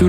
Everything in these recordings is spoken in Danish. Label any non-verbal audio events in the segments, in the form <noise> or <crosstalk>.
Du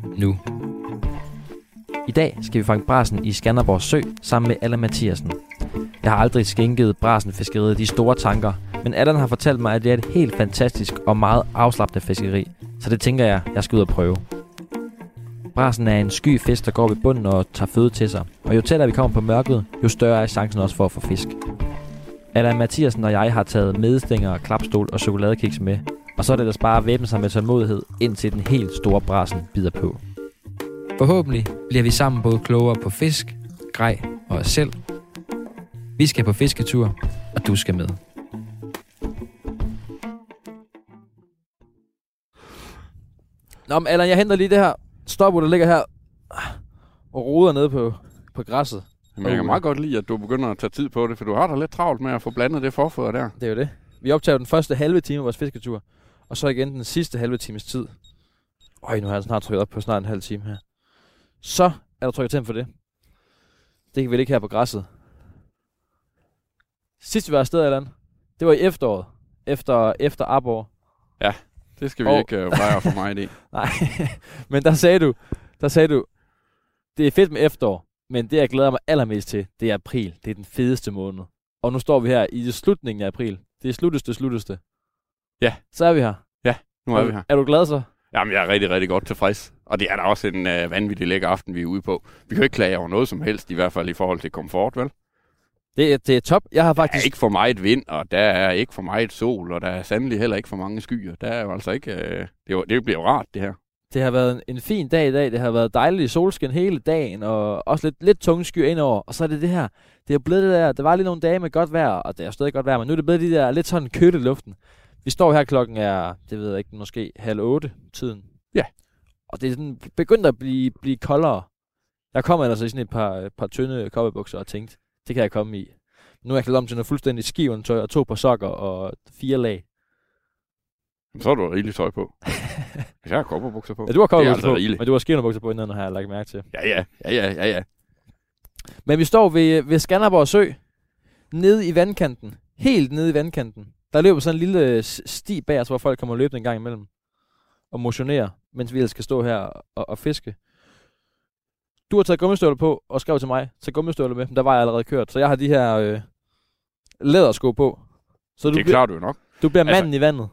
nu. I dag skal vi fange brasen i Skanderborg Sø sammen med Allan Mathiasen. Jeg har aldrig skænket brasen fiskeriet de store tanker, men Allan har fortalt mig, at det er et helt fantastisk og meget afslappende fiskeri, så det tænker jeg, jeg skal ud og prøve. Brasen er en sky fisk, der går ved bunden og tager føde til sig, og jo tættere vi kommer på mørket, jo større er chancen også for at få fisk. Allan Mathiasen og jeg har taget medstænger, klapstol og chokoladekiks med, og så er det ellers bare at væbne sig med tålmodighed, indtil den helt store brasen bider på. Forhåbentlig bliver vi sammen både klogere på fisk, grej og os selv. Vi skal på fisketur, og du skal med. Nå, men Allan, jeg henter lige det her stopur, der ligger her og roder nede på, på græsset. Men jeg kan meget godt lide, at du begynder at tage tid på det, for du har da lidt travlt med at få blandet det forfoder der. Det er jo det. Vi optager den første halve time af vores fisketur, og så igen den sidste halve times tid. Øj, nu har jeg snart trykket op på snart en halv time her. Så er der trykket tænd for det. Det kan vi ikke her på græsset. Sidst vi var afsted, Allan, det var i efteråret. Efter, efter Arbor. Det skal vi Og- ikke øh, fejre for meget i. Nej, <laughs> men der sagde du, der sagde du, det er fedt med efterår, men det jeg glæder mig allermest til, det er april. Det er den fedeste måned. Og nu står vi her i slutningen af april. Det er slutteste, slutteste. Ja. Så er vi her. Nu er vi her. Er du glad så? <laughs> Jamen, jeg er rigtig, rigtig godt tilfreds. Og det er da også en øh, vanvittig lækker aften, vi er ude på. Vi kan jo ikke klage over noget som helst, i hvert fald i forhold til komfort, vel? Det, er- det er top. Jeg har Der er faktisk... ikke for meget vind, og der er ikke for meget sol, og der er sandelig heller ikke for mange skyer. Der er jo altså ikke... Øh, det, var, det bliver jo rart, det her. Det har været en, en fin dag i dag. Det har været dejligt solskin hele dagen, og også lidt, lidt tunge skyer indover. Og så er det det her. Det er blevet det der. Der var lige nogle dage med godt vejr, og det er jo stadig godt vejr, men nu er det blevet de der lidt sådan køligt i luften. Vi står her klokken er, det ved jeg ikke, måske halv otte tiden. Ja. Og det er sådan begyndt at blive, blive koldere. Jeg kom ellers i sådan et par, par tynde kopperbukser og tænkte, det kan jeg komme i. Nu er jeg klædt om til noget fuldstændig skivundtøj og to par sokker og fire <laughs> lag. Jamen, så har du rigeligt tøj på. Hvis jeg har kopperbukser på. Ja, du har Det er kopperbukser altså på, rigeligt. men du har skivundbukser på inden, har jeg lagt mærke til. Ja, ja, ja, ja, ja, ja. Men vi står ved, ved Skanderborg Sø, nede i vandkanten, helt nede i vandkanten. Der løber sådan en lille øh, s- sti bag os, hvor folk kommer løbende en gang imellem og motionerer, mens vi ellers skal stå her og, og fiske. Du har taget gummistøvler på og skrev til mig, tag gummistøvler med, men der var jeg allerede kørt. Så jeg har de her øh, lædersko på. Så du, Det bliver, klarer du jo nok. du bliver altså- manden i vandet.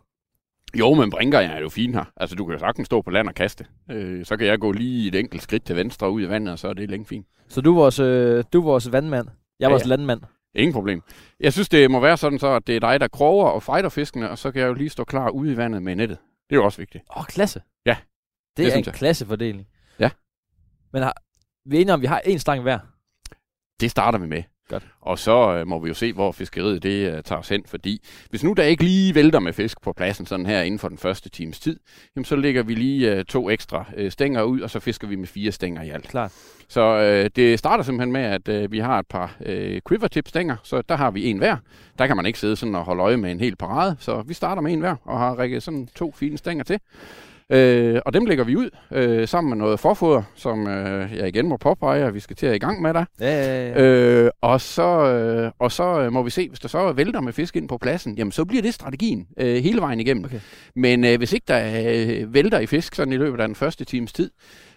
Jo, men brinker jeg er jo fint her. Altså, du kan jo sagtens stå på land og kaste. Øh, så kan jeg gå lige et enkelt skridt til venstre ud i vandet, og så er det længe fint. Så du er vores, øh, du er vores vandmand. Jeg er Ja, vores ja. landmand. Ingen problem. Jeg synes, det må være sådan så, at det er dig, der kroger og fighter fiskene, og så kan jeg jo lige stå klar ude i vandet med nettet. Det er jo også vigtigt. Åh, oh, klasse. Ja, Det, det det er en synes jeg. klassefordeling. Ja. Men har, vi er enige om, at vi har en stang hver. Det starter vi med. Godt. Og så øh, må vi jo se, hvor fiskeriet det øh, tager os hen, fordi hvis nu der ikke lige vælter med fisk på pladsen sådan her inden for den første times tid, jamen, så lægger vi lige øh, to ekstra øh, stænger ud, og så fisker vi med fire stænger i alt. Klart. Så øh, det starter simpelthen med, at øh, vi har et par øh, quivertip-stænger, så der har vi en hver. Der kan man ikke sidde sådan og holde øje med en hel parade, så vi starter med en hver og har rækket sådan to fine stænger til. Øh, og dem lægger vi ud øh, sammen med noget forfoder, som øh, jeg igen må påpege, at vi skal til at i gang med der. Ja, ja, ja. Øh, og så, øh, og så øh, må vi se, hvis der så vælter med fisk ind på pladsen, jamen så bliver det strategien øh, hele vejen igennem. Okay. Men øh, hvis ikke der øh, vælter i fisk sådan i løbet af den første times tid,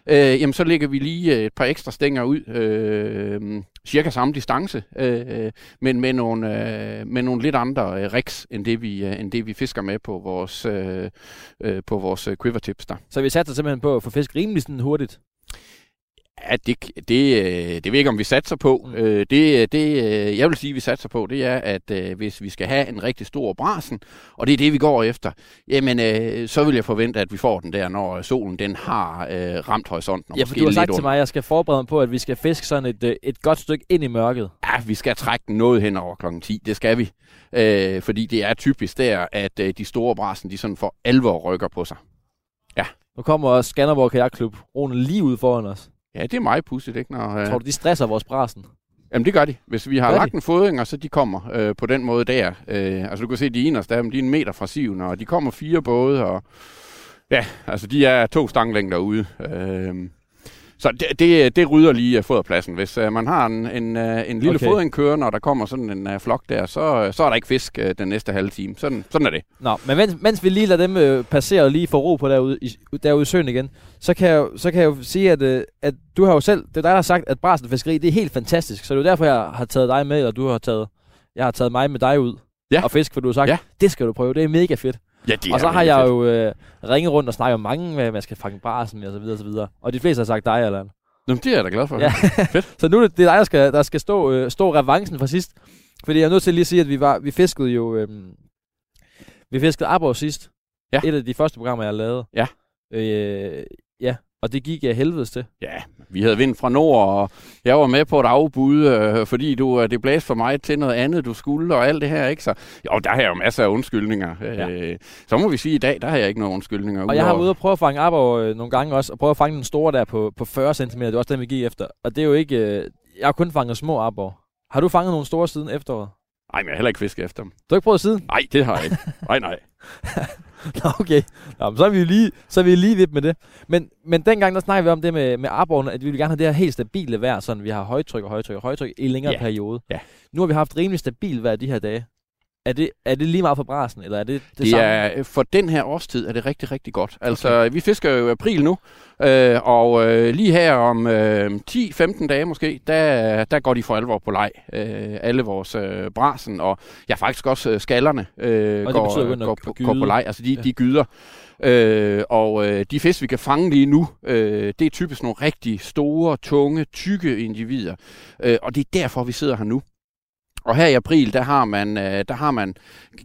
øh, jamen så lægger vi lige øh, et par ekstra stænger ud, øh, cirka samme distance, øh, øh, men med nogle, øh, med nogle lidt andre øh, rigs, end det, vi, øh, end det vi fisker med på vores, øh, øh, på vores øh, quiver tips der. Så vi satte simpelthen på at få fisk rimelig sådan hurtigt. Ja, det, det, øh, det ved jeg ikke, om vi satser på. Mm. Mm. Det, det, øh, jeg vil sige, vi satser på, det er, at øh, hvis vi skal have en rigtig stor brasen, og det er det, vi går efter, jamen, øh, så vil jeg forvente, at vi får den der, når øh, solen den har øh, ramt horisonten. Og Ja, for måske du har lidt sagt til under. mig, at jeg skal forberede mig på, at vi skal fiske sådan et, øh, et godt stykke ind i mørket. Ja, vi skal trække den noget hen over kl. 10, det skal vi. Øh, fordi det er typisk der, at øh, de store brasen, de sådan for alvor rykker på sig. Nu kommer også Skanderborg Kajakklub roende lige ud foran os. Ja, det er meget pudsigt, ikke? Når, Ja. øh, Tror du, de stresser vores brasen? Jamen det gør de. Hvis vi har Gør de? lagt en fodring, og så de kommer øh, på den måde der. Øh, altså du kan se, de inderste af dem, de er en meter fra siven, og de kommer fire både, og ja, altså de er to stanglængder ude. Øh, så det, det, det rydder lige af foderpladsen. Hvis øh, man har en, en, øh, en lille Okay. okay. fodring kørende, og der kommer sådan en øh, flok der, så, øh, så er der ikke fisk øh, den næste halve time. Sådan, sådan er det. Nå, men mens, mens vi lige lader dem øh, passere og lige få ro på derude i, derude i søen igen, så kan jeg, jo- så kan jeg jo sige, at, øh, at du har jo selv, det er dig, der har sagt, at brasen fiskeri, det er helt fantastisk. Så det er jo derfor, jeg har taget dig med, eller du har taget, jeg har taget mig med dig ud. Ja. Og fisk, for du har sagt, Ja. det skal du prøve, det er mega fedt. Ja, det og så har jeg jo øh, ringet rundt og snakket om mange, hvad man skal fange brasen og så videre og så videre. Og de fleste har sagt dig, eller Nå, men det er jeg da glad for. Ja. Ja. Så nu er det det er dig, der skal, der skal stå, øh, stå revancen fra sidst. Fordi jeg er nødt til lige at sige, at vi, var, vi fiskede jo... Øh, vi fiskede Arbor sidst. Ja. Et af de første programmer, jeg lavede. Ja. Øh, ja, og det gik jeg helvedes til. Ja, vi havde vind fra nord, og jeg var med på et afbud, øh, fordi du, øh, det blæste for mig til noget andet, du skulle, og alt det her, ikke? Så jo, der har jeg jo masser af undskyldninger. Ja. Ja. Øh, så må vi sige, at i dag, der har jeg ikke nogen undskyldninger. Og jeg har været udover- ude og prøve at fange Arbor øh, nogle gange også, og prøve at fange den store der på, på 40 cm. Det er også den, vi gik efter. Og det er jo ikke... Øh, jeg har kun fanget små Arbor. Har du fanget nogle store siden efteråret? Nej, men jeg har heller ikke fisket efter dem. Du har ikke prøvet siden? Nej, det har jeg ikke. Nej, nej. <laughs> Nå, okay. Nå, men så er vi jo lige, så er vi lige vidt med det. Men, men dengang, der snakkede vi om det med, med arborne, at vi ville gerne have det her helt stabile vejr, sådan vi har højtryk og højtryk og højtryk i en længere Ja. periode. Ja. Nu har vi haft rimelig stabilt vejr de her dage. Er det, er det lige meget for brasen, eller er det det, Det samme? er, for den her årstid er det rigtig, rigtig godt. Altså, okay. vi fisker jo i april nu, øh, og øh, lige her om øh, 10-15 dage måske, der, der går de for alvor på leg. Øh, alle vores øh, brasen, og ja, faktisk også øh, skallerne øh, det går, betyder jo, at øh, når går, at på, går gyde- på leg. Altså, de, Ja. ja. de gyder. Øh, og øh, de fisk, vi kan fange lige nu, øh, det er typisk nogle rigtig store, tunge, tykke individer. Øh, og det er derfor, vi sidder her nu. Og her i april, der har man, øh, der har man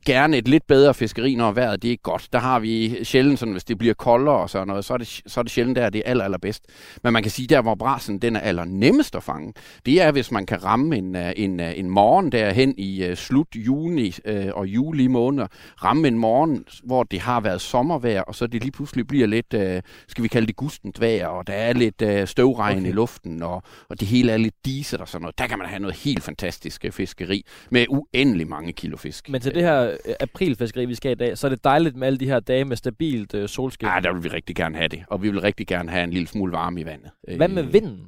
gerne et lidt bedre fiskeri, når vejret det er godt. Der har vi sjældent sådan, hvis det bliver koldere og sådan noget, så er det, så er det sjældent der, det er aller, allerbedst. Men man kan sige, der hvor brasen den er allernemmest at fange, det er, hvis man kan ramme en, øh, en, øh, en morgen derhen i øh, slut juni øh, og juli måneder, ramme en morgen, hvor det har været sommervejr, og så det lige pludselig bliver lidt, øh, skal vi kalde det gustent vejr, og der er lidt øh, støvregn okay. i luften, og, og det hele er lidt diset og sådan noget. Der kan man have noget helt fantastisk øh, fiskeri med uendelig mange kilo fisk. Men til det her øh, aprilfiskeri, vi skal i dag, så er det dejligt med alle de her dage med stabilt øh, solskin. Ja, der vil vi rigtig gerne have det, og vi vil rigtig gerne have en lille smule varme i vandet. Øh, Hvad med vinden?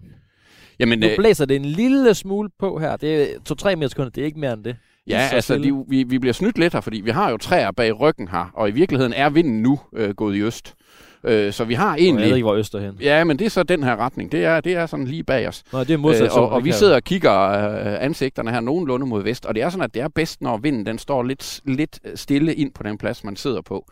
Jamen, Nu øh, blæser det en lille smule på her. Det er 2-3 meter sekunder, det er ikke mere end det. ja, så altså, stille. de, vi, vi bliver snydt lidt her, fordi vi har jo træer bag ryggen her, og i virkeligheden er vinden nu øh, gået i øst. Øh, så vi Og har Jeg ved egentlig... ikke, hvor Øst er hen. Ja, men det er så den her retning. Det er, det er sådan lige bag os. Nå, det er modsat. Øh, og, solen, og vi det kan- sidder og kigger øh, ansigterne her nogenlunde mod vest, og det er sådan, at det er bedst, når vinden den står lidt, lidt øh, stille ind på den plads, man sidder på.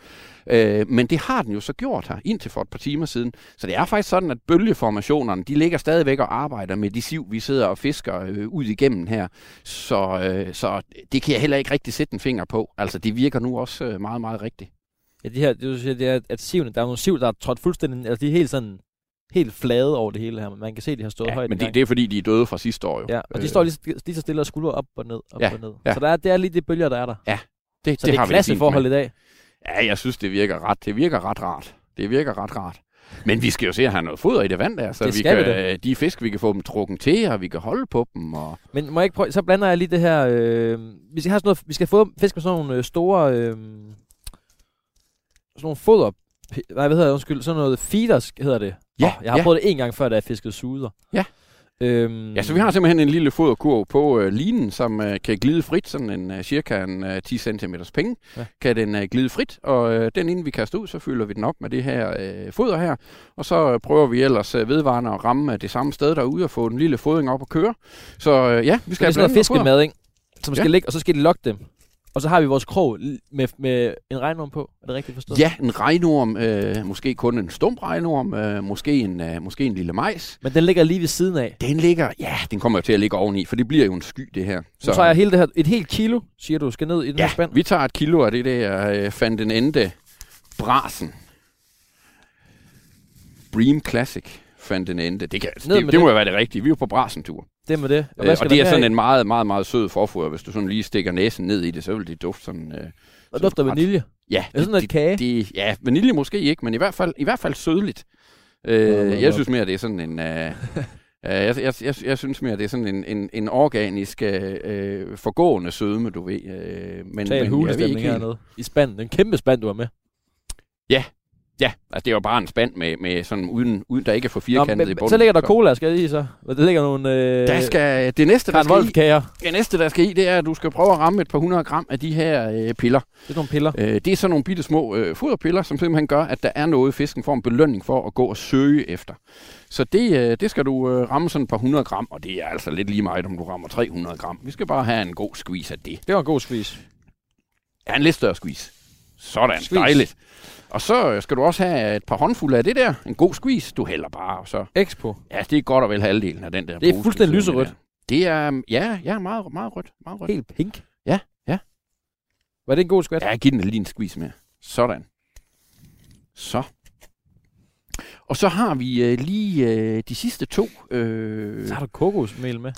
Øh, men det har den jo så gjort her, indtil for et par timer siden. Så det er faktisk sådan, at bølgeformationerne, de ligger stadigvæk og arbejder med de siv, vi sidder og fisker øh, ud igennem her. Så, øh, så det kan jeg heller ikke rigtig sætte en finger på. Altså, det virker nu også øh, meget, meget rigtigt. Ja, de her, det du siger, det er, at sivene, der er nogle siv, der er trådt fuldstændig, altså de er helt sådan, helt flade over det hele her. Man kan se, de har stået højt men det, engang. det er fordi, de er døde fra sidste år jo. Øh, Ja, og de står lige, så- lige så stille og skuldre op og ned, op Ja, og ned. ja. Så der er, det er lige de bølger, der er der. det, Så det, det er har vi fint med. klasseforhold i dag. Ja, jeg synes, det virker ret. Det virker ret rart. Det virker ret rart. Men vi skal jo se at have noget foder i det vand der, så Det vi skal kan, vi øh, de fisk, vi kan få dem trukken til, og vi kan holde på dem. Og... Men må jeg ikke prøve, så blander jeg lige det her, øh, vi skal have sådan noget, vi skal få fisk med sådan nogle øh, store, øh, sådan nogle foder, nej, hvad hedder det, undskyld, sådan noget feeders hedder det. Ja, jeg har ja. prøvet det en gang før, da jeg fiskede suder. Ja. Øhm, Ja, så vi har simpelthen en lille foderkurv på øh, linen, som øh, kan glide frit, sådan en øh, cirka en, øh, 10 cm penge, Ja. ja. kan den øh, glide frit, og øh, den inden vi kaster ud, så fylder vi den op med det her øh, foder her, og så øh, prøver vi ellers øh, vedvarende at ramme øh, det samme sted derude og få den lille fodring op og køre. Så øh, ja, vi Så det skal er sådan noget foder. fiskemad, ikke? Som Ja. skal ligge, og så skal de lokke dem. Og så har vi vores krog l- med, med en regnorm på. Er det rigtigt forstået? Ja, en regnorm, øh, måske kun en stump regnorm, øh, måske, en, øh, måske en lille majs. Men den ligger lige ved siden af. Den ligger, ja, den kommer jo til at ligge oveni, for det bliver jo en sky, det her. Så, tager jeg hele det her, et helt kilo, siger du, skal ned i den her ja, spand. vi tager et kilo af det der, øh, fandt den ende brasen. Bream Classic fandt den ende. Det, kan, Ned det, med det, det må det. jo være det rigtige. Vi er jo på brasentur. Det med det. Og, Øh, hvad skal og det der er mere sådan i? en meget, meget, meget sød forfoder. Hvis du sådan lige stikker næsen ned i det, så vil det dufte sådan... Øh, Og dufter ret- vanilje. Ja, Er det sådan noget kage? det, ja, vanilje måske ikke, men i hvert fald, i hvert fald sødligt. Nå, nå, Øh, nå. jeg synes mere, det er sådan <laughs> en... Øh, øh, jeg, jeg, jeg, jeg synes mere, det er sådan en, en, en organisk, øh, øh, forgående sødme, du ved. Øh, men, Total men jeg ved hulestemning ikke helt. hernede. I spanden. En kæmpe spand, du har med. Ja, altså det er jo bare en spand med, med sådan, uden, uden der ikke er for Nå, firkantet i men, bunden. så ligger der cola, skal jeg lige så. Der ligger nogle... Øh, Der skal, det, næste, der Karen skal Wolf i, kager. det næste, der skal i, det er, at du skal prøve at ramme et par hundrede gram af de her øh, piller. Det er nogle piller. Øh, det er sådan nogle bitte små øh, foderpiller, som simpelthen gør, at der er noget, fisken får en belønning for at gå og søge efter. Så det, øh, det skal du øh, ramme sådan et par hundrede gram, og det er altså lidt lige meget, om du rammer 300 gram. Vi skal bare have en god squeeze af det. Det var en god squeeze. Ja, en lidt større squeeze. Sådan, Squeeze. squeeze. dejligt. Og så øh, skal du også have et par håndfulde af det der. En god squeeze, du hælder bare, og så Expo. Ja, det er godt og vel halvdelen af den der Det er pose, fuldstændig der sidder lyserødt. der. Det er, øhm, ja, ja, meget, meget rødt. Meget rødt. Helt pink. Ja, ja. Var det en god squat? Ja, giv den lige en squeeze mere. Sådan. Så. Og så har vi øh, lige øh, de sidste to, øh, Så har du kokosmel med.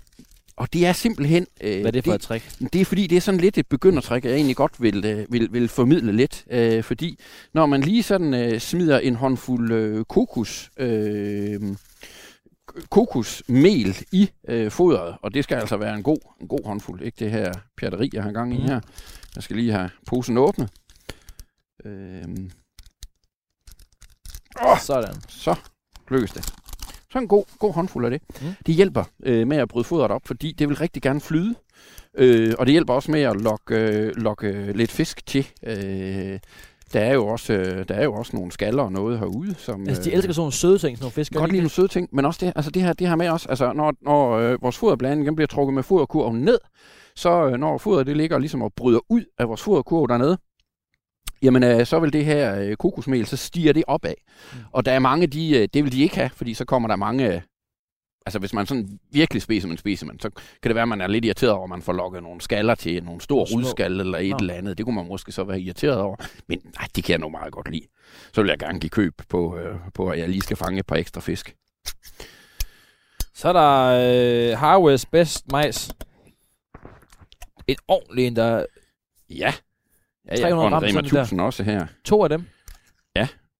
og det er simpelthen... Øh, Hvad er det for et trick? Men Øh, Det er fordi, det er sådan lidt et begyndertrik, jeg egentlig godt vil, øh, vil, vil formidle lidt. Øh, fordi når man lige sådan øh, smider en håndfuld øh, kokos, øh, k- kokosmel i øh, fodret, og det skal altså være en god, en god håndfuld, ikke det her pjatteri, jeg har gang i Mhm. her. Jeg skal lige have posen åbnet. Øh, Sådan. så lykkes det. Så en god, god håndfuld af det. Mm. Mm. Det hjælper øh, med at bryde fodret op, fordi det vil rigtig gerne flyde. Øh, og det hjælper også med at lokke, øh, lokke øh, lidt fisk til. Øh, der, er jo også, øh, der er jo også nogle skaller og noget herude. Som, Altså, de øh, elsker sådan nogle søde ting, sådan nogle fisk. jeg kan godt lide nogle søde ting, men også det, altså det her, det her med os, altså når, når øh, vores foderblanding den bliver trukket med foderkurven ned, så øh, når foderet det ligger ligesom og bryder ud af vores foderkurv dernede, jamen øh, så vil det her øh, kokosmel, så stiger det opad. Mm. Mm. Og der er mange, de, øh, det vil de ikke have, fordi så kommer der mange, øh, altså hvis man sådan virkelig spiser man spiser man, så kan det være, at man er lidt irriteret over, at man får lukket nogle skaller til, nogle store Små. rudskalle eller et Nå. eller andet. Det kunne man måske så være irriteret over, men nej, det kan jeg nu meget godt lide. Så vil jeg gerne give køb på, øh, på at jeg lige skal fange et par ekstra fisk. Så er der øh, Harvest Best Majs. Et ordentligt en, der er Ja. Ja, 300 og en gram Rema sådan der. 1000 også her. to af dem.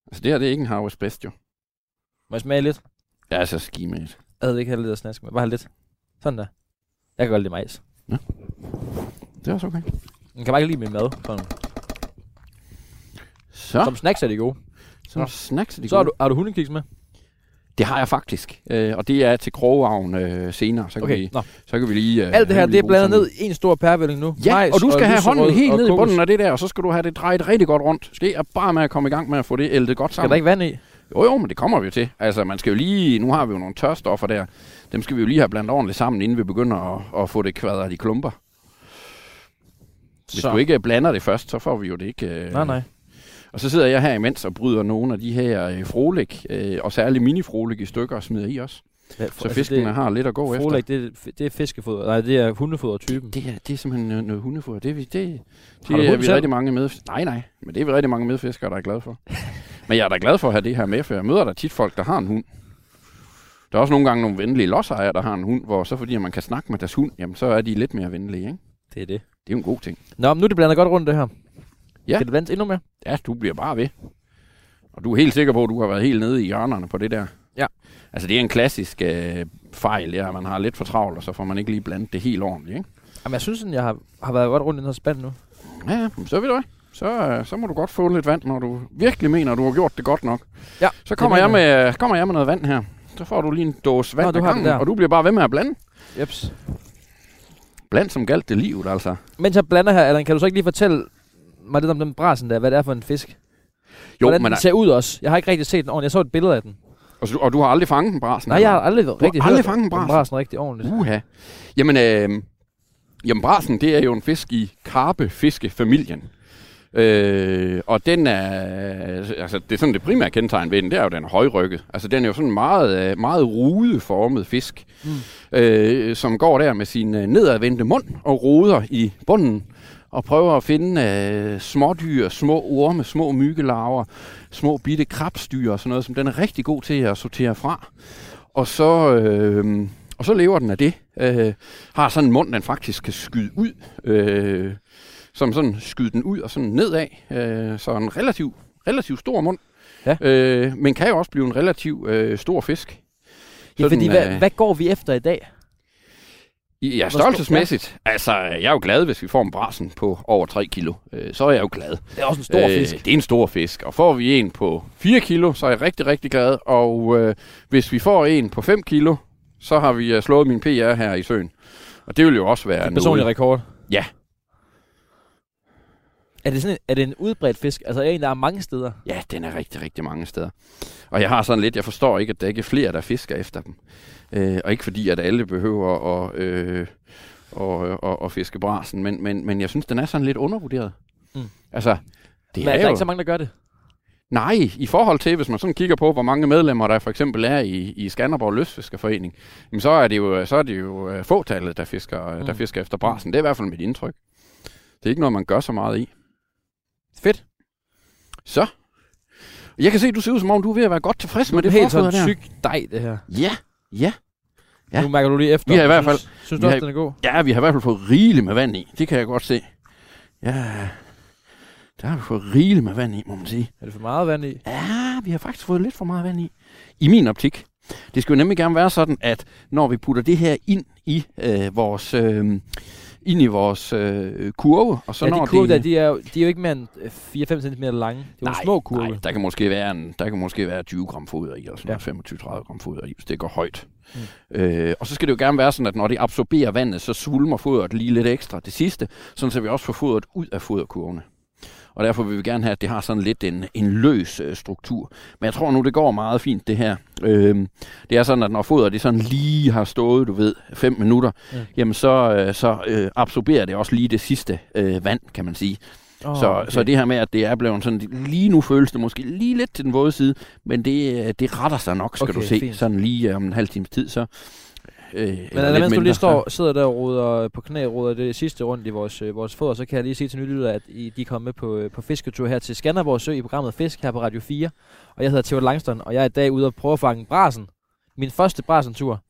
Altså det her, det er ikke en Harvest Best, jo. Må jeg smage lidt? Det er altså skimæt. Jeg havde ikke have lidt at snaske med. Bare have lidt. Sådan der. Jeg kan godt lide majs. Det er også okay. Man kan bare ikke lide min mad. Sådan. Så, Som snacks er det gode. så snacks er de Så har gode. du, har du hundekiks med? Det har jeg faktisk. Øh, og det er til krogeavn øh, senere. Så kan, Okay, vi, nå. så kan vi lige... Øh, Alt det her, have en det er god blandet samling. ned i en stor pærvælling nu. Ja, Majs og du skal have lyserød hånden helt og ned i kokos. bunden af det der, og så skal du have det drejet rigtig godt rundt. Det er bare med at komme i gang med at få det ældet godt Skal sammen. der ikke vand i? Jo, jo, men det kommer vi jo til. Altså, man skal jo lige... Nu har vi jo nogle tørstoffer der. Dem skal vi jo lige have blandet ordentligt sammen, inden vi begynder at, at få det kvadret i klumper. Hvis Så. så. du ikke blander det først, så får vi jo det ikke... Øh. Nej, nej. Og så sidder jeg her imens og bryder nogle af de her øh, frolik, øh, og særligt mini-frolik i stykker og smider i os. Ja, Så altså, fiskene det, har lidt at gå Frolæg, det, er- det er fiskefoder. Nej, det er hundefoder-typen. efter. Det er, det er simpelthen noget, noget hundefoder. Det, er vi- det, Har du det er hund vi selv? rigtig mange med. Nej, nej, men det er vi rigtig mange medfiskere, der er glade for. <laughs> men jeg er da glad for at have det her med, for jeg møder da tit folk, der har en hund. Der er også nogle gange nogle venlige lodsejere, der har en hund, hvor så fordi man kan snakke med deres hund, jamen så er de lidt mere venlige, ikke? Det er det. Det er jo en god ting. Nå, men nu er det blandet godt rundt, det her. Ja. Skal det blandes endnu mere? Ja, du bliver bare ved. Og du er helt sikker på, at du har været helt nede i hjørnerne på det der. Ja. Altså, det er en klassisk øh, fejl, ja. Man har lidt for travlt, og så får man ikke lige blandet det helt ordentligt, ikke? Jamen, jeg synes, at jeg har, har været godt rundt i den her spand nu. Ja, ja, men så ved du hvad. Så, øh, så må du godt få lidt vand, når du virkelig mener, at du har gjort det godt nok. Ja, Så kommer, det jeg mener med, øh, kommer jeg med noget vand her. Så får du lige en dåse vand Nå, du ad har det gangen, der. og du bliver bare ved med at blande. Jeps. Bland som galt det livet, altså. Mens jeg blander her, Allan, kan du så ikke lige fortælle mig lidt om den brasen der, hvad det er for en fisk? Jo, Hvordan men, altså, den ser ud også. Jeg har ikke rigtig set den ordentligt. Jeg så et billede af den. og, du- og du har aldrig fanget en brasen? Nej, eller? jeg har aldrig du har rigtig aldrig hørt fanget en om brasen? brasen rigtig ordentligt. Uha. Jamen, øh, jamen brasen, det er jo en fisk i karpefiskefamilien. Øh, og den er, altså det er sådan det primære kendetegn ved den, det er jo den er højrygget. Altså den er jo sådan en meget, øh, meget rudeformet fisk, mm. øh, som går der med sin øh, nedadvendte mund og roder i bunden og prøver at finde øh, smådyr, små orme, små myggelarver, små bitte krabstyr og sådan noget, som den er rigtig god til at sortere fra. Og så, øh, og så lever den af det. Øh, har sådan en mund, den faktisk kan skyde ud. Øh, som sådan skyder den ud og sådan nedad. Øh, så en relativ, relativ stor mund. Ja. Øh, men kan jo også blive en relativ øh, stor fisk. Ja, fordi Sådan, hvad, øh, hvad går vi efter i dag? Ja, stor- størrelsesmæssigt. Altså, jeg er jo glad, hvis vi får en brasen på over 3 kilo. Øh, så er jeg jo glad. Det er også en stor øh, fisk. Øh, det er en stor fisk. Og får vi en på 4 kilo, så er jeg rigtig, rigtig glad. Og øh, hvis vi får en på 5 kilo, så har vi øh, slået min PR her i søen. Og det vil jo også være Personlig rekord. Ja. Er det, sådan en, er det en udbredt fisk? Altså er det en, der er mange steder? Ja, den er rigtig, rigtig mange steder. Og jeg har sådan lidt, jeg forstår ikke, at der ikke er flere, der fisker efter dem. Øh, og ikke fordi, at alle behøver at, øh, og, og, og fiske brasen, men, men, men jeg synes, den er sådan lidt undervurderet. Mm. Mm. Altså, det Men er er, der jo... ikke så mange, der gør det? Nej, i forhold til, hvis man sådan kigger på, hvor mange medlemmer der for eksempel er i, i Skanderborg Løsfiskerforening, jamen så er det jo, så er det jo øh, fåtallet, der fisker, mm. der Mm. fisker efter brasen. Det er i hvert fald mit indtryk. Det er ikke noget, man gør så meget i. Fedt. Så. Jeg kan se, at du ser ud som om, du er ved at være godt tilfreds med det helt forfød sådan der. syg dej, det her. Ja, ja. Ja. Nu mærker du lige efter. Vi har i hvert fald- Synes, synes vi du også, har- den er god? Ja, vi har i hvert fald fået rigeligt med vand i. Det kan jeg godt se. Ja, der har vi fået rigeligt med vand i, må man sige. Er det for meget vand i? Ja, vi har faktisk fået lidt for meget vand i. I min optik. Det skal jo nemlig gerne være sådan, at når vi putter det her ind i øh, vores øh, ind i vores øh, kurve, og så Så ja, når de kurve det, der, de er, jo- de er jo ikke mere end øh, 4-5 cm lange. Det er jo Nej, nogle små kurve. Nej, der kan måske være, en, der kan måske være 20 gram foder i, eller Ja. sådan ja. 25-30 gram foder i, hvis det går højt. Mm. Øh, og så skal det jo gerne være sådan, at når det absorberer vandet, så svulmer foderet lige lidt ekstra det sidste, sådan så vi også får foderet ud af foderkurvene. Og derfor vil vi gerne have, at det har sådan lidt en, en løs øh, struktur. Men jeg tror nu, det går meget fint, det her. Øhm, det er sådan, at når fodret det sådan lige har stået, du ved, 5 minutter, Ja. mm. jamen så, øh, så øh, absorberer det også lige det sidste øh, vand, kan man sige. Oh, Så, okay. så det her med, at det er blevet sådan, lige nu føles det måske lige lidt til den våde side, men det, øh, det retter sig nok, skal Okay, okay, du se. fint. Fint. Sådan lige øh, om en halv times tid, så... Øh, eller Men lidt mens du mindre. lige står, sidder der og roder på knæ og roder det sidste rundt i vores, øh, vores foder, så kan jeg lige sige til nylyttere, at I, de er kommet med på, øh, på fisketur her til Skanderborg Sø i programmet Fisk her på Radio 4. Og jeg hedder Theo Langstrøm, og jeg er i dag ude og prøve at fange brasen. Min første brasentur.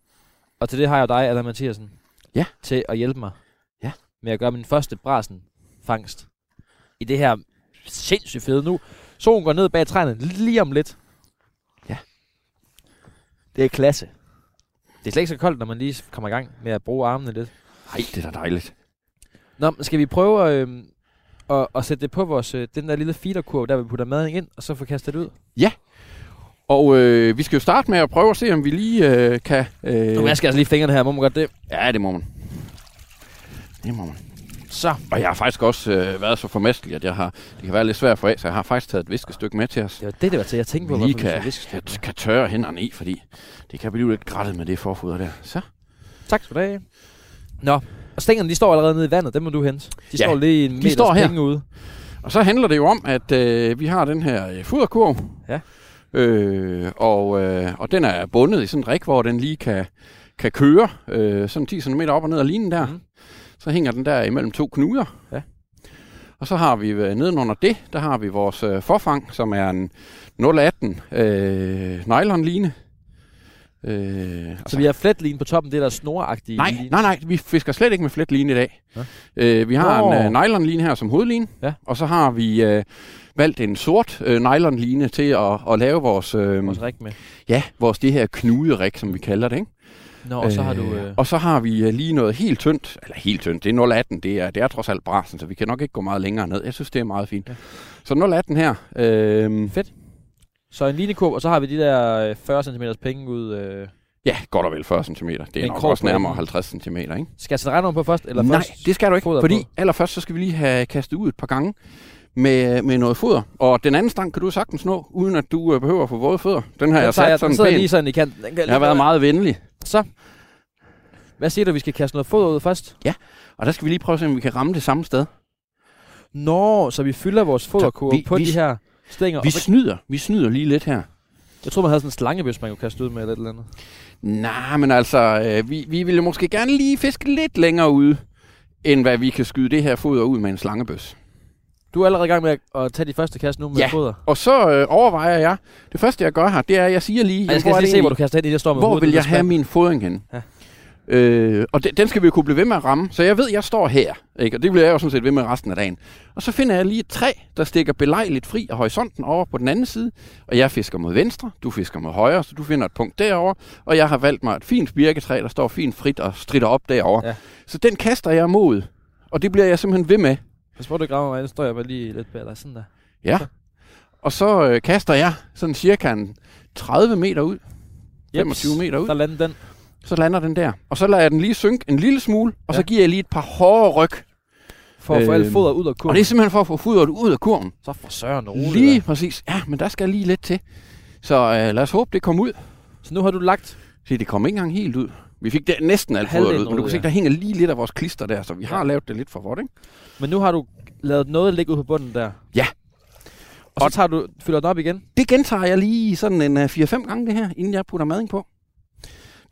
Og til det har jeg jo dig, Adam Mathiasen. Ja. Til at hjælpe mig. Ja. Med at gøre min første brasen fangst. I det her sindssygt fede nu. Solen går ned bag træerne lige om lidt. Ja. Det er klasse. Det er slet ikke så koldt, når man lige kommer i gang med at bruge armene lidt. Ej, det er da dejligt. Nå, men skal vi prøve at, øh, at, at sætte det på vores, øh, den der lille feederkurv, der vi putter maden ind, og så få kastet det ud? Og øh, vi skal jo starte med at prøve at se, om vi lige øh, kan... Øh, Nu vasker jeg altså lige fingrene her, må man godt det. ja, det må man. Det må man. Så. Og jeg har faktisk også øh, været så formestelig, at jeg har... Det kan være lidt svært for af, så jeg har faktisk taget et viskestykke med til os. Det var det, det var til. Jeg tænkte på, Vi lige hvorfor vi kan, skal viske kan, det. kan tørre hænderne i, fordi det kan blive lidt grættet med det forfoder der. Så. Tak skal du have. Nå, og stængerne de står allerede nede i vandet, dem må du hente. De Ja, står lige en meters står her. penge ude. Og så handler det jo om, at øh, vi har den her øh, foderkurv. Ja. Øh, og, øh, og den er bundet i sådan en rig, hvor den lige kan, kan køre øh, sådan 10 cm op og ned ad linen der. Mhm. Mm. Så hænger den der imellem to knuder. Ja. Og så har vi øh, nedenunder det, der har vi vores øh, forfang, som er en 018 øh, nylonline. Øh, Så vi har fletlinen på toppen, det der snoragtige. Nej, line. nej, nej, vi fisker slet ikke med fletline i dag. Nå. Øh, vi har Nå. en øh, nylonline her som hovedline, Ja. og så har vi øh, valgt en sort øh, nylonline til at, at lave vores, øh, Vores rig med. ja, vores det her knuderik, som vi kalder det. Ikke? Nå, og så har du... Øh, og så har vi øh, lige noget helt tyndt, eller helt tyndt, det er 018, det er, det er trods alt brasen, så vi kan nok ikke gå meget længere ned. Jeg synes, det er meget fint. Ja. Ja. Så 018 her, øh, så en linekurv, og så har vi de der øh, 40 cm penge ud. Øh. ja, godt og vel 40 cm. Det er en nok krog også på nærmere enden. 50 cm, ikke? Skal jeg sætte regneren på først? Eller Nej, først? det skal du ikke, foder fordi på? allerførst så skal vi lige have kastet ud et par gange med, med noget foder. Og den anden stang kan du sagtens nå, uden at du øh, behøver at få våde fødder. Den har Den jeg tager sat den sådan sidder pænt. lige sådan i kanten. Den kan Jeg har været meget venlig. Så. Hvad siger du, vi skal kaste noget foder ud først? Og der skal vi lige prøve at se, om vi kan ramme det samme sted. Nå, så vi fylder vores foderkurve vi- på vi- de her stænger. Vi Og så, snyder. Vi snyder lige lidt her. jeg tror, man havde sådan en slangebøs, man kunne kaste ud med eller et eller andet. Nej, men altså, øh, vi, vi ville måske gerne lige fiske lidt længere ude, end hvad vi kan skyde det her foder ud med en slangebøs. Du er allerede i gang med at- at tage de første kast nu med Ja. foder. Og så øh, overvejer jeg, det første jeg gør her, det er, at jeg siger lige... Ej, jeg skal hvor er lige det se, hvor egentlig- du kaster hen i det, jeg står med Hvor hovedet vil lidt jeg have spændt. min fodring hen? Ja. Ja. Øh, og den, den skal vi jo kunne blive ved med at ramme. Så jeg ved, jeg står her, ikke? og det bliver jeg jo sådan set ved med resten af dagen. Og så finder jeg lige et træ, der stikker belejligt fri af horisonten over på den anden side. Og jeg fisker mod venstre, du fisker mod højre, så du finder et punkt derover. Og jeg har valgt mig et fint birketræ, der står fint frit og strider op derover. Ja. Ja. Så den kaster jeg mod, og det bliver jeg simpelthen ved med. Pas på, du ikke rammer mig, nu står jeg bare lige lidt bag dig sådan der. Ja. Og så øh, kaster jeg sådan cirka en 30 meter ud, 25 meter ud. Der lander den. Så lander den der. Og så lader jeg den lige synke en lille smule, og Ja. så giver jeg lige et par hårde ryg. For at få Øhm, alt foder ud af kurven. Og det er simpelthen for at få fodret ud af kurven. så for søren og roligt. Lige da. præcis. Ja, men der skal lige lidt til. Så øh, lad os håbe, det kom ud. Så nu har du lagt... Se, det kom ikke engang helt ud. Vi fik det næsten alt Halvdelen fodret ud, men du ud, kan se, ja. der hænger lige lidt af vores klister der, så vi har lavet det lidt for vort, ikke? Men nu har du lavet noget ligge ud på bunden der. Ja. Og så Og- tager du, fylder den op igen. Det gentager jeg lige sådan en øh, 4-5 gange det her, inden jeg putter maden på.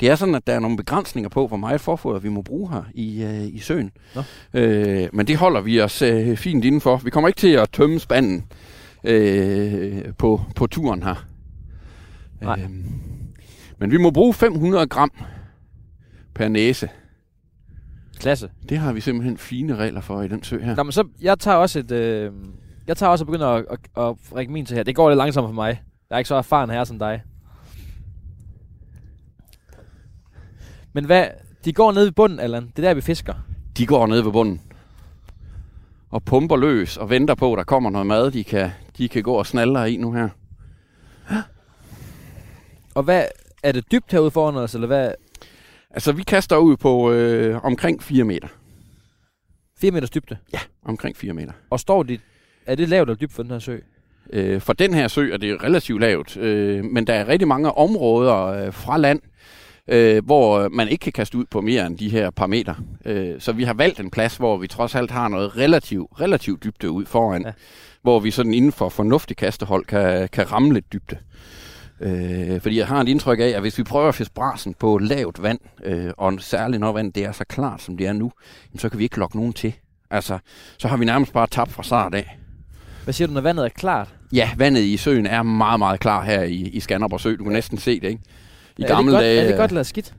Det er sådan, at der er nogle begrænsninger på, hvor meget forfoder vi må bruge her i, øh, i søen. Nå. Øh, men det holder vi os øh, fint indenfor. Vi kommer ikke til at tømme spanden øh, på, på turen her. Nej. Øh, men vi må bruge 500 gram per næse. Klasse. Det har vi simpelthen fine regler for i den sø her. Nå, men så, jeg tager også et, øh, jeg tager også og begynder at, at, at række min til her. Det går lidt langsomt for mig. Jeg er ikke så erfaren her som dig. Men hvad, de går ned i bunden, Allan. Det er der, vi fisker. De går ned ved bunden og pumper løs og venter på, at der kommer noget mad, de kan, de kan gå og snalle i nu her. Og hvad, er det dybt herude foran os, eller hvad? Altså, vi kaster ud på øh, omkring 4 meter. 4 meters dybde. Omkring 4 meter. Og står de, er det lavt eller dybt for den her sø? Øh, for den her sø er det relativt lavt, øh, men der er rigtig mange områder øh, fra land, øh, hvor øh, man ikke kan kaste ud på mere end de her par meter. Øh, så vi har valgt en plads, hvor vi trods alt har noget relativt relativ dybde ud foran, Ja. ja. hvor vi sådan inden for fornuftig kastehold kan, kan ramme lidt dybde. Øh, fordi jeg har et indtryk af, at hvis vi prøver at fiske brasen på lavt vand, øh, og særligt når vandet det er så klart, som det er nu, jamen, så kan vi ikke lokke nogen til. Altså, så har vi nærmest bare tabt fra start af. Hvad siger du, når vandet er klart? Ja, vandet i søen er meget, meget klar her i, i Skanderborg Sø. Du kan næsten se det, ikke? I er, gamle det godt, dage, er det godt eller skidt? For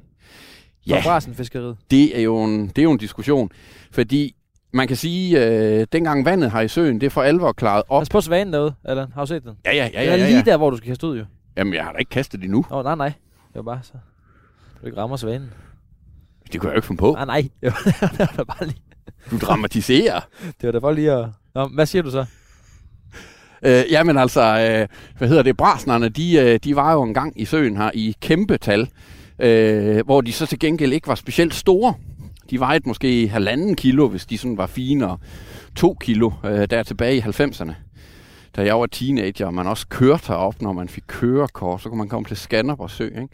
Ja. brasen fiskeriet. det er, jo en, det er jo en diskussion. Fordi man kan sige, øh, dengang vandet her i søen, det er for alvor klaret op. Pas på svanen derude, Allan. Altså, Har du set den? Ja, ja, ja, Den er ja, ja, lige ja. der, hvor du skal kaste ud, jo. Jamen, jeg har da ikke kastet det nu. Åh, oh, nej, nej. Det var bare så. Du ikke rammer svanen. Det kunne jeg jo ikke finde på. Nej, Ah, nej. Det var, <laughs> det var da bare lige. Du dramatiserer. Det var da bare lige at... Nå, hvad siger du så? Øh, jamen altså, øh, hvad hedder det, brasnerne, de, øh, de var jo engang i søen her i kæmpe tal, øh, hvor de så til gengæld ikke var specielt store. De vejede måske halvanden kilo, hvis de sådan var fine, og to kilo øh, der tilbage i 90'erne. Da jeg var teenager, og man også kørte herop, når man fik kørekort, så kunne man komme til Skanderborg Sø, ikke?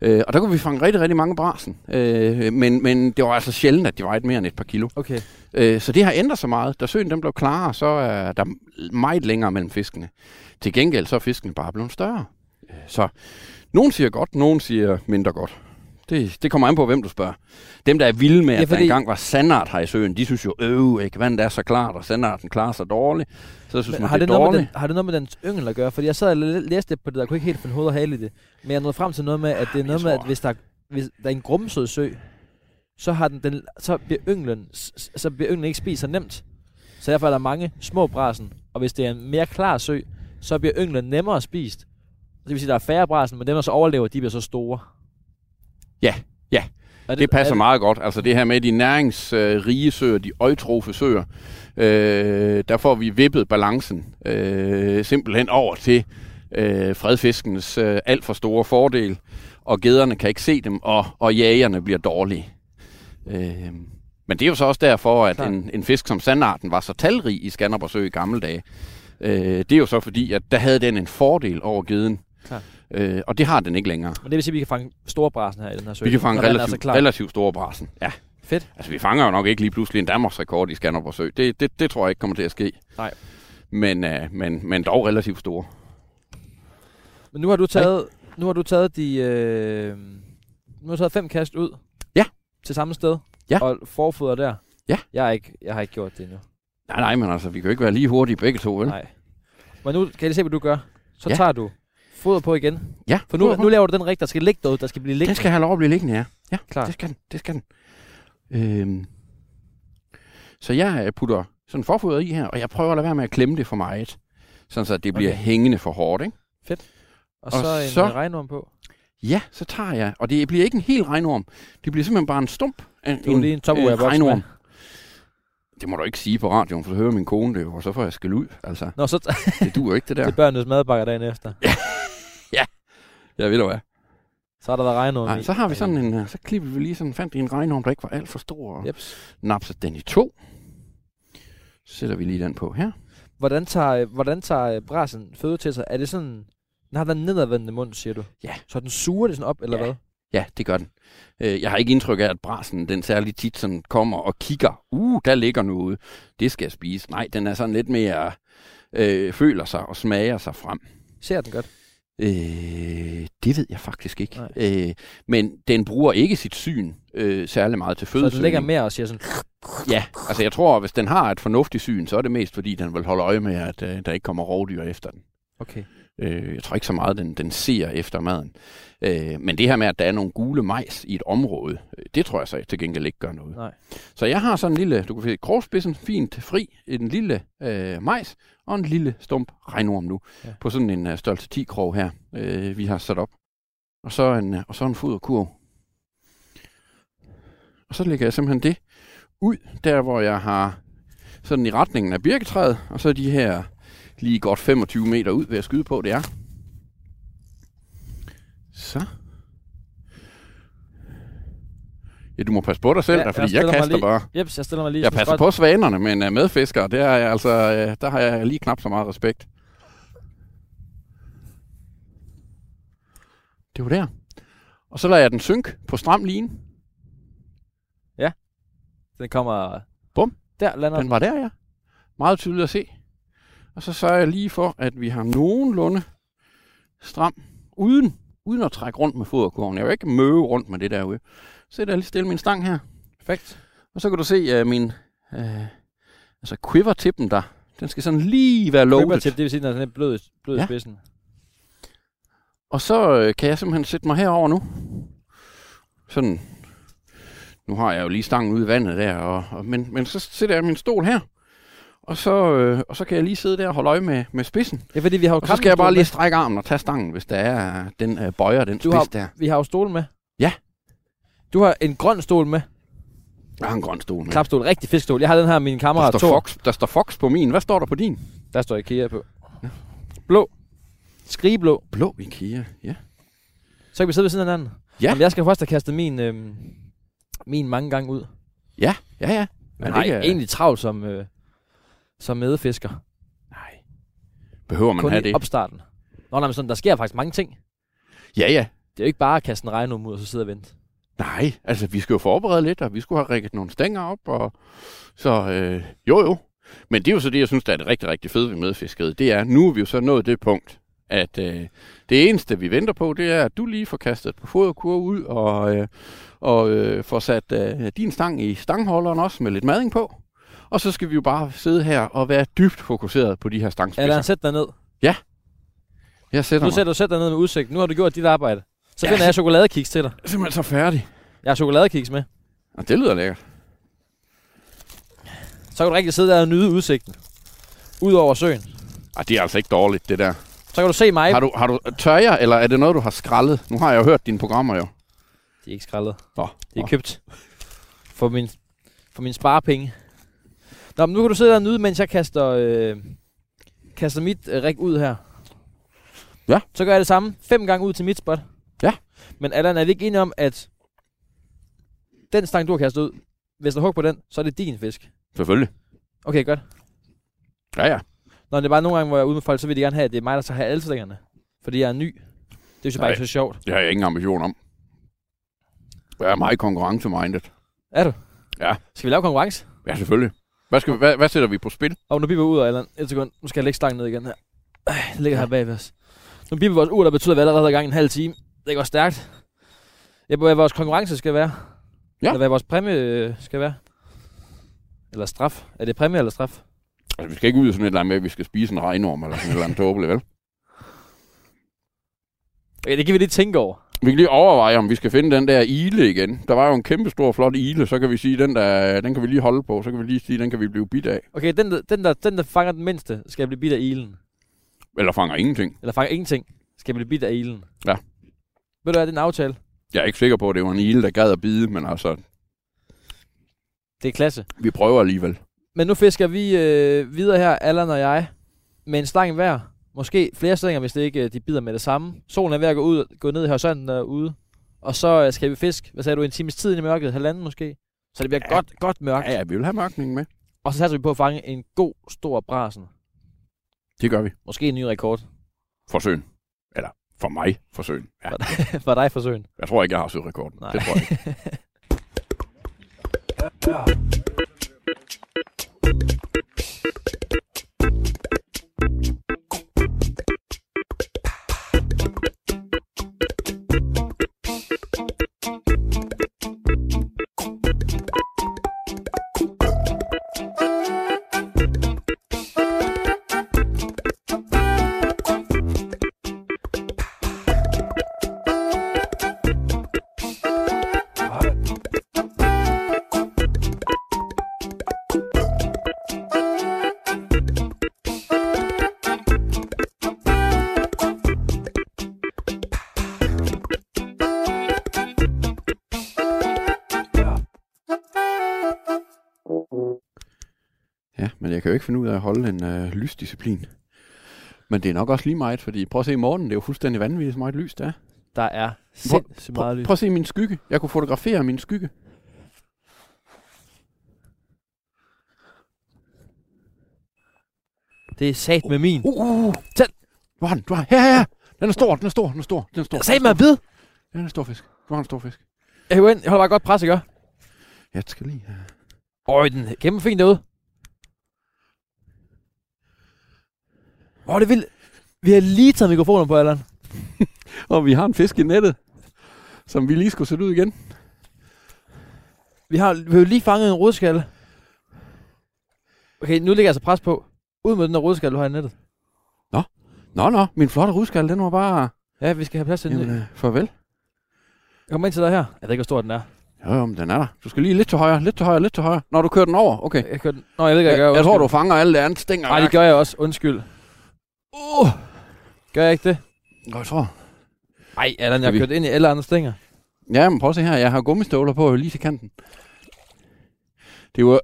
Øh, og der kunne vi fange rigtig, rigtig mange brasen. Øh, men, men det var altså sjældent, at de vejede mere end et par kilo. Okay. Øh, så det har ændret sig meget. Da søen den blev klarere, så er der meget længere mellem fiskene. Til gengæld så er fiskene bare blevet større. Øh, Så nogen siger godt, nogen siger mindre godt. Det, det kommer an på, hvem du spørger. Dem, der er vilde med, Ja, at fordi... fordi- der engang var sandart her i søen, de synes jo, øh, ikke, vandet er så klart, og sandarten klarer sig dårligt. Så synes Men man, har, det er det noget med den, dårligt. har det noget med dens yngel at gøre? Fordi jeg sad og læ- læste lidt på det, der kunne ikke helt finde hoved og hale i det. Men jeg nåede frem til noget med, at det er Jeg noget med, at tror- hvis der, hvis der er en grumsød sø, så, har den, den, så, bliver ynglen, s- s- så bliver ynglen ikke spist så nemt. Så derfor er der mange små brasen. Og hvis det er en mere klar sø, så bliver ynglen nemmere spist. Det vil sige, at der er færre brasen, men dem, der så overlever, de bliver så store. Ja, ja. Er Det passer er, meget godt. Altså det her med de næringsrige søer, de øjtrofe søer, øh, der får vi vippet balancen øh, simpelthen over til øh, fredfiskens øh, alt for store fordel, og gæderne kan ikke se dem, og, og jægerne bliver dårlige. Øh, men det er jo så også derfor, at Klart. en, en fisk som sandarten var så talrig i Skanderborg Sø i gamle dage. Øh, det er jo så fordi, at der havde den en fordel over gæden. Klart. Øh, og det har den ikke længere. Men det vil sige, at vi kan fange store brasen her i den her sø. Vi kan fange når vandet er altså så relativt, klart. relativt store brasen. Ja. Fedt. Altså, vi fanger jo nok ikke lige pludselig en Danmarksrekord i Skanderborg Sø. Det, det, det tror jeg ikke kommer til at ske. Nej. Men, øh, men, men dog relativt store. Men nu har du taget, nu har du taget de, øh, nu har du taget fem kast ud. Ja. Til samme sted. Ja. Og forfoder der. Ja. Jeg, er ikke, jeg har ikke gjort det endnu. Nej, nej, men altså, vi kan jo ikke være lige hurtige begge to, vel? Nej. Men nu kan jeg lige se, hvad du gør. Så Ja. tager du Foder på igen. Ja, For nu, nu laver du den rigtig, der skal ligge derude, der skal blive Den liggende. skal have lov at blive liggende, ja. Ja, Klar. Klar. det skal den. Det skal den. Øhm. Så jeg øh, putter sådan forfoder i her, og jeg prøver at lade være med at klemme det for meget. Sådan så det bliver Okay. okay. hængende for hårdt, ikke? Og, og så en så- så... regnorm på. Ja, så tager jeg, og det bliver ikke en hel regnorm. Det bliver simpelthen bare en stump af Det var lige en top, øh, øh, regnorm. Det må du ikke sige på radioen, for så hører min kone det jo, og så får jeg skæld ud. Altså, Nå, så det duer ikke det der. <laughs> til børnenes madbakker dagen efter. Jeg ved du hvad. Så er der der regnorm Nej, i. så har vi sådan en, øh, så klipper vi lige sådan, fandt vi en regnorm, der ikke var alt for stor, og Jeps. napset den i to. Så sætter vi lige den på her. Hvordan tager, øh, hvordan tager øh, brasen føde til sig? Er det sådan... Den har den nedadvendte mund, siger du? Ja. Så den suger det sådan op, eller Ja. hvad? Ja, det gør den. Øh, Jeg har ikke indtryk af, at brasen, den særlig tit sådan kommer og kigger. Uh, der ligger noget. Det skal jeg spise. Nej, den er sådan lidt mere, øh, føler sig og smager sig frem. Ser den godt? Øh, det ved jeg faktisk ikke. Nej. Øh, men den bruger ikke sit syn øh, særlig meget til Så fødesøgning. den ligger mere og siger sådan... Ja, altså jeg tror, at hvis den har et fornuftigt syn, så er det mest, fordi den vil holde øje med, at øh, der ikke kommer rovdyr efter den. Okay. Øh, jeg tror ikke så meget, den, den ser efter maden. Øh, men det her med, at der er nogle gule majs i et område, øh, det tror jeg så til gengæld ikke gør noget. Nej. Så jeg har sådan en lille, du kan se krogspidsen, fint fri, en lille øh, majs og en lille stump regnorm nu, Ja. ja. på sådan en øh, størrelse 10 krog her, øh, vi har sat op. Og så en, øh, og så en foderkurv. Og så lægger jeg simpelthen det ud, der hvor jeg har sådan i retningen af birketræet, og så de her lige godt 25 meter ud, vil jeg skyde på, det er. Så. Ja, du må passe på dig Ja, selv, ja, der, jeg fordi jeg, stiller mig kaster lige- bare. Jeps, jeg stiller mig lige... Jeg sådan passer strøt. på svanerne, men øh, medfiskere, det er jeg altså, øh, der har jeg lige knap så meget respekt. Det var der. Og så lader jeg den synke på stram line. Den kommer... Bum. Der lander Den var der, ja. Meget tydeligt at se. Og så sørger jeg lige for, at vi har nogenlunde stram, uden, uden at trække rundt med foderkurven. Jeg vil ikke møve rundt med det derude. Så sætter jeg lige stille min stang her. Perfekt. Og så kan du se, at min øh, altså quiver-tippen der, den skal sådan lige være Loaded. loaded. Tip, det vil sige, at den er sådan lidt blød, i- blød ja. Ja. spidsen. Og så øh, kan jeg simpelthen sætte mig herover nu. Sådan. Nu har jeg jo lige stangen ude i vandet der, og, og, men, men så sætter jeg min stol her. Og så, øh, og så kan jeg lige sidde der og holde øje med, med spidsen. Ja, fordi vi har jo Og så skal jeg bare lige strække armen og tage stangen, hvis der er øh, den øh, bøjer, den Du spids har- der. Vi har jo stolen med. Ja. Du har en grøn stol med. Jeg har en grøn stol med. Klapstol, rigtig fiskstol. Jeg har den her, min der, kammerat står tog. Fox, der står Fox på min. Hvad står der på din? Der står IKEA på. Blå. Skrigeblå. Blå Ikea, ja. Så kan vi sidde ved siden af hinanden. Ja. Jamen, jeg skal først have kastet min, øhm, min mange gange ud. Ja, ja. Men Men nej, ikke, er... øh, egentlig travlt som, øh, som medfisker. Nej. Behøver man Kun have i det? opstarten. Nå, nej, men sådan, der sker faktisk mange ting. Ja, ja. Det er jo ikke bare at kaste en regnum ud og så sidde og vente. Nej, altså vi skal jo forberede lidt, og vi skulle have rækket nogle stænger op, og så øh, jo jo. Men det er jo så det, jeg synes, der er det rigtig, rigtig fede ved medfiskeriet. Det er, nu er vi jo så nået det punkt, at øh, det eneste, vi venter på, det er, at du lige får kastet på foderkurve ud, og, øh, og øh, får sat øh, din stang i stangholderen også med lidt mading på. Og så skal vi jo bare sidde her og være dybt fokuseret på de her Ja, lad stangspidser. os sætte dig ned. Jeg sætter Nu mig sætter du sæt dig ned med udsigt. Nu har du gjort dit arbejde. Så Ja. finder jeg chokoladekiks til dig. simpelthen så færdig. Jeg har chokoladekiks med. Og det lyder lækkert. Så kan du rigtig sidde der og nyde udsigten. Ud over søen. Ej, det er altså ikke dårligt, det der. Så kan du se mig. Har du, har du tørjer, eller er det noget, du har skrællet? Nu har jeg jo hørt dine programmer jo. De er ikke skrællet. Nå, De er nå. købt. For min, for min sparepenge. Nå, men nu kan du sidde der og nyde, mens jeg kaster, øh, kaster mit øh, rig ud her. Ja. Så gør jeg det samme. Fem gange ud til mit spot. Ja. Men Allan, er vi ikke enige om, at den stang, du har kastet ud, hvis der er hug på den, så er det din fisk. Selvfølgelig. Okay, godt. Ja, ja. Nå, det er bare nogle gange, hvor jeg er ude med folk, så vil de gerne have, at det er mig, der skal have alle stængerne. Fordi jeg er ny. Det er jo bare Nej. ikke så sjovt. Det har jeg ingen ambition om. Jeg er meget konkurrencemindet. Er du? Ja. Skal vi lave konkurrence? Ja, selvfølgelig. Hvad, skal, vi- hvad, hvad sætter vi på spil? Og nu biber vi ud af Allan. Et sekund. Nu skal jeg lægge stangen ned igen her. Øh, Det ligger her bagved os. Nu biber vi vores ur, der betyder, at vi allerede er i gang i en halv time. Det går stærkt. Jeg hvad vores konkurrence skal være. Ja. Eller hvad vores præmie øh, skal være. Eller straf. Er det præmie eller straf? Altså, vi skal ikke ud i sådan et eller andet med, at vi skal spise en regnorm eller sådan et eller andet tåbelig, vel? Okay, det kan vi lige tænke over. Vi kan lige overveje, om vi skal finde den der ile igen. Der var jo en kæmpe stor, flot ile, så kan vi sige, den, der, den kan vi lige holde på, så kan vi lige sige, den kan vi blive bidt af. Okay, den, der- den, der, den der fanger den mindste, skal blive bidt af ilen. Eller fanger ingenting. Eller fanger ingenting, skal blive bidt af ilen. Ja. Ved du hvad, det er en aftale. Jeg er ikke sikker på, at det var en ile, der gad at bide, men altså, Det er klasse. vi prøver alligevel. Men nu fisker vi øh, videre her, Allan og jeg, med en stang hver. Måske flere stænger, hvis det ikke øh, de bider med det samme. Solen er ved at gå, ud, gå ned i horisonten derude. Og så øh, skal vi fisk, hvad sagde du, en times tid ind i mørket, halvanden måske. Så det bliver Ja. godt, godt mørkt. Ja, ja, vi vil have mørkningen med. Og så satser vi på at fange en god, stor brasen. Det gør vi. Måske en ny rekord Forsøgen. Eller for mig, forsøgen. Ja. <laughs> for dig, forsøgen. Jeg tror ikke, jeg har søgt rekorden. Nej. Det tror jeg ikke. <laughs> Ja, men jeg kan jo ikke finde ud af at holde en øh, lysdisciplin. Men det er nok også lige meget, fordi prøv at se i morgen, det er jo fuldstændig vanvittigt, så meget lys der er. Der er sindssygt meget Prøv, lys. prøv at se min skygge. Jeg kunne fotografere min skygge. Det er sat med min. Uh, uh, uh. Tæl. Du har den, du har den. Her, her, her. Den er stor, den er stor, den er stor. Den er stor. Jeg sagde mig at bide. Den er en stor fisk. Du har en stor fisk. Jeg hiver ind. Jeg holder bare godt pres, ikke? Jeg skal lige have. Øj, den er kæmpe fin derude. Åh, det er vildt. Vi har lige taget mikrofonen på, Allan. Og vi har en fisk i nettet, som vi lige skulle sætte ud igen. Vi har, vi har jo lige fanget en rodskalle. Okay, nu ligger jeg altså pres på. Ud med den der rodskalle, du har i nettet. Nå, nå, min flotte rudskalle, den var bare... Ja, vi skal have plads til den. Jamen, øh, farvel. Jeg kommer ind til dig her. Jeg ved ikke, hvor stor den er. Jo, jo, men den er der. Du skal lige lidt til højre, lidt til højre, lidt til højre. Når du kører den over, okay. Jeg kører den. Nå, jeg ved ikke, hvad Jeg, jeg gør. jeg, jeg tror, Undskyld. du fanger alle det andet stænger. Nej, det gør jeg også. Undskyld. Uh. Gør jeg ikke det? Nå, jeg tror. Nej, Allan, jeg Skal har vi- kørt ind i alle andre stænger. Ja, men prøv at se her. Jeg har gummistøvler på lige til kanten. Det var...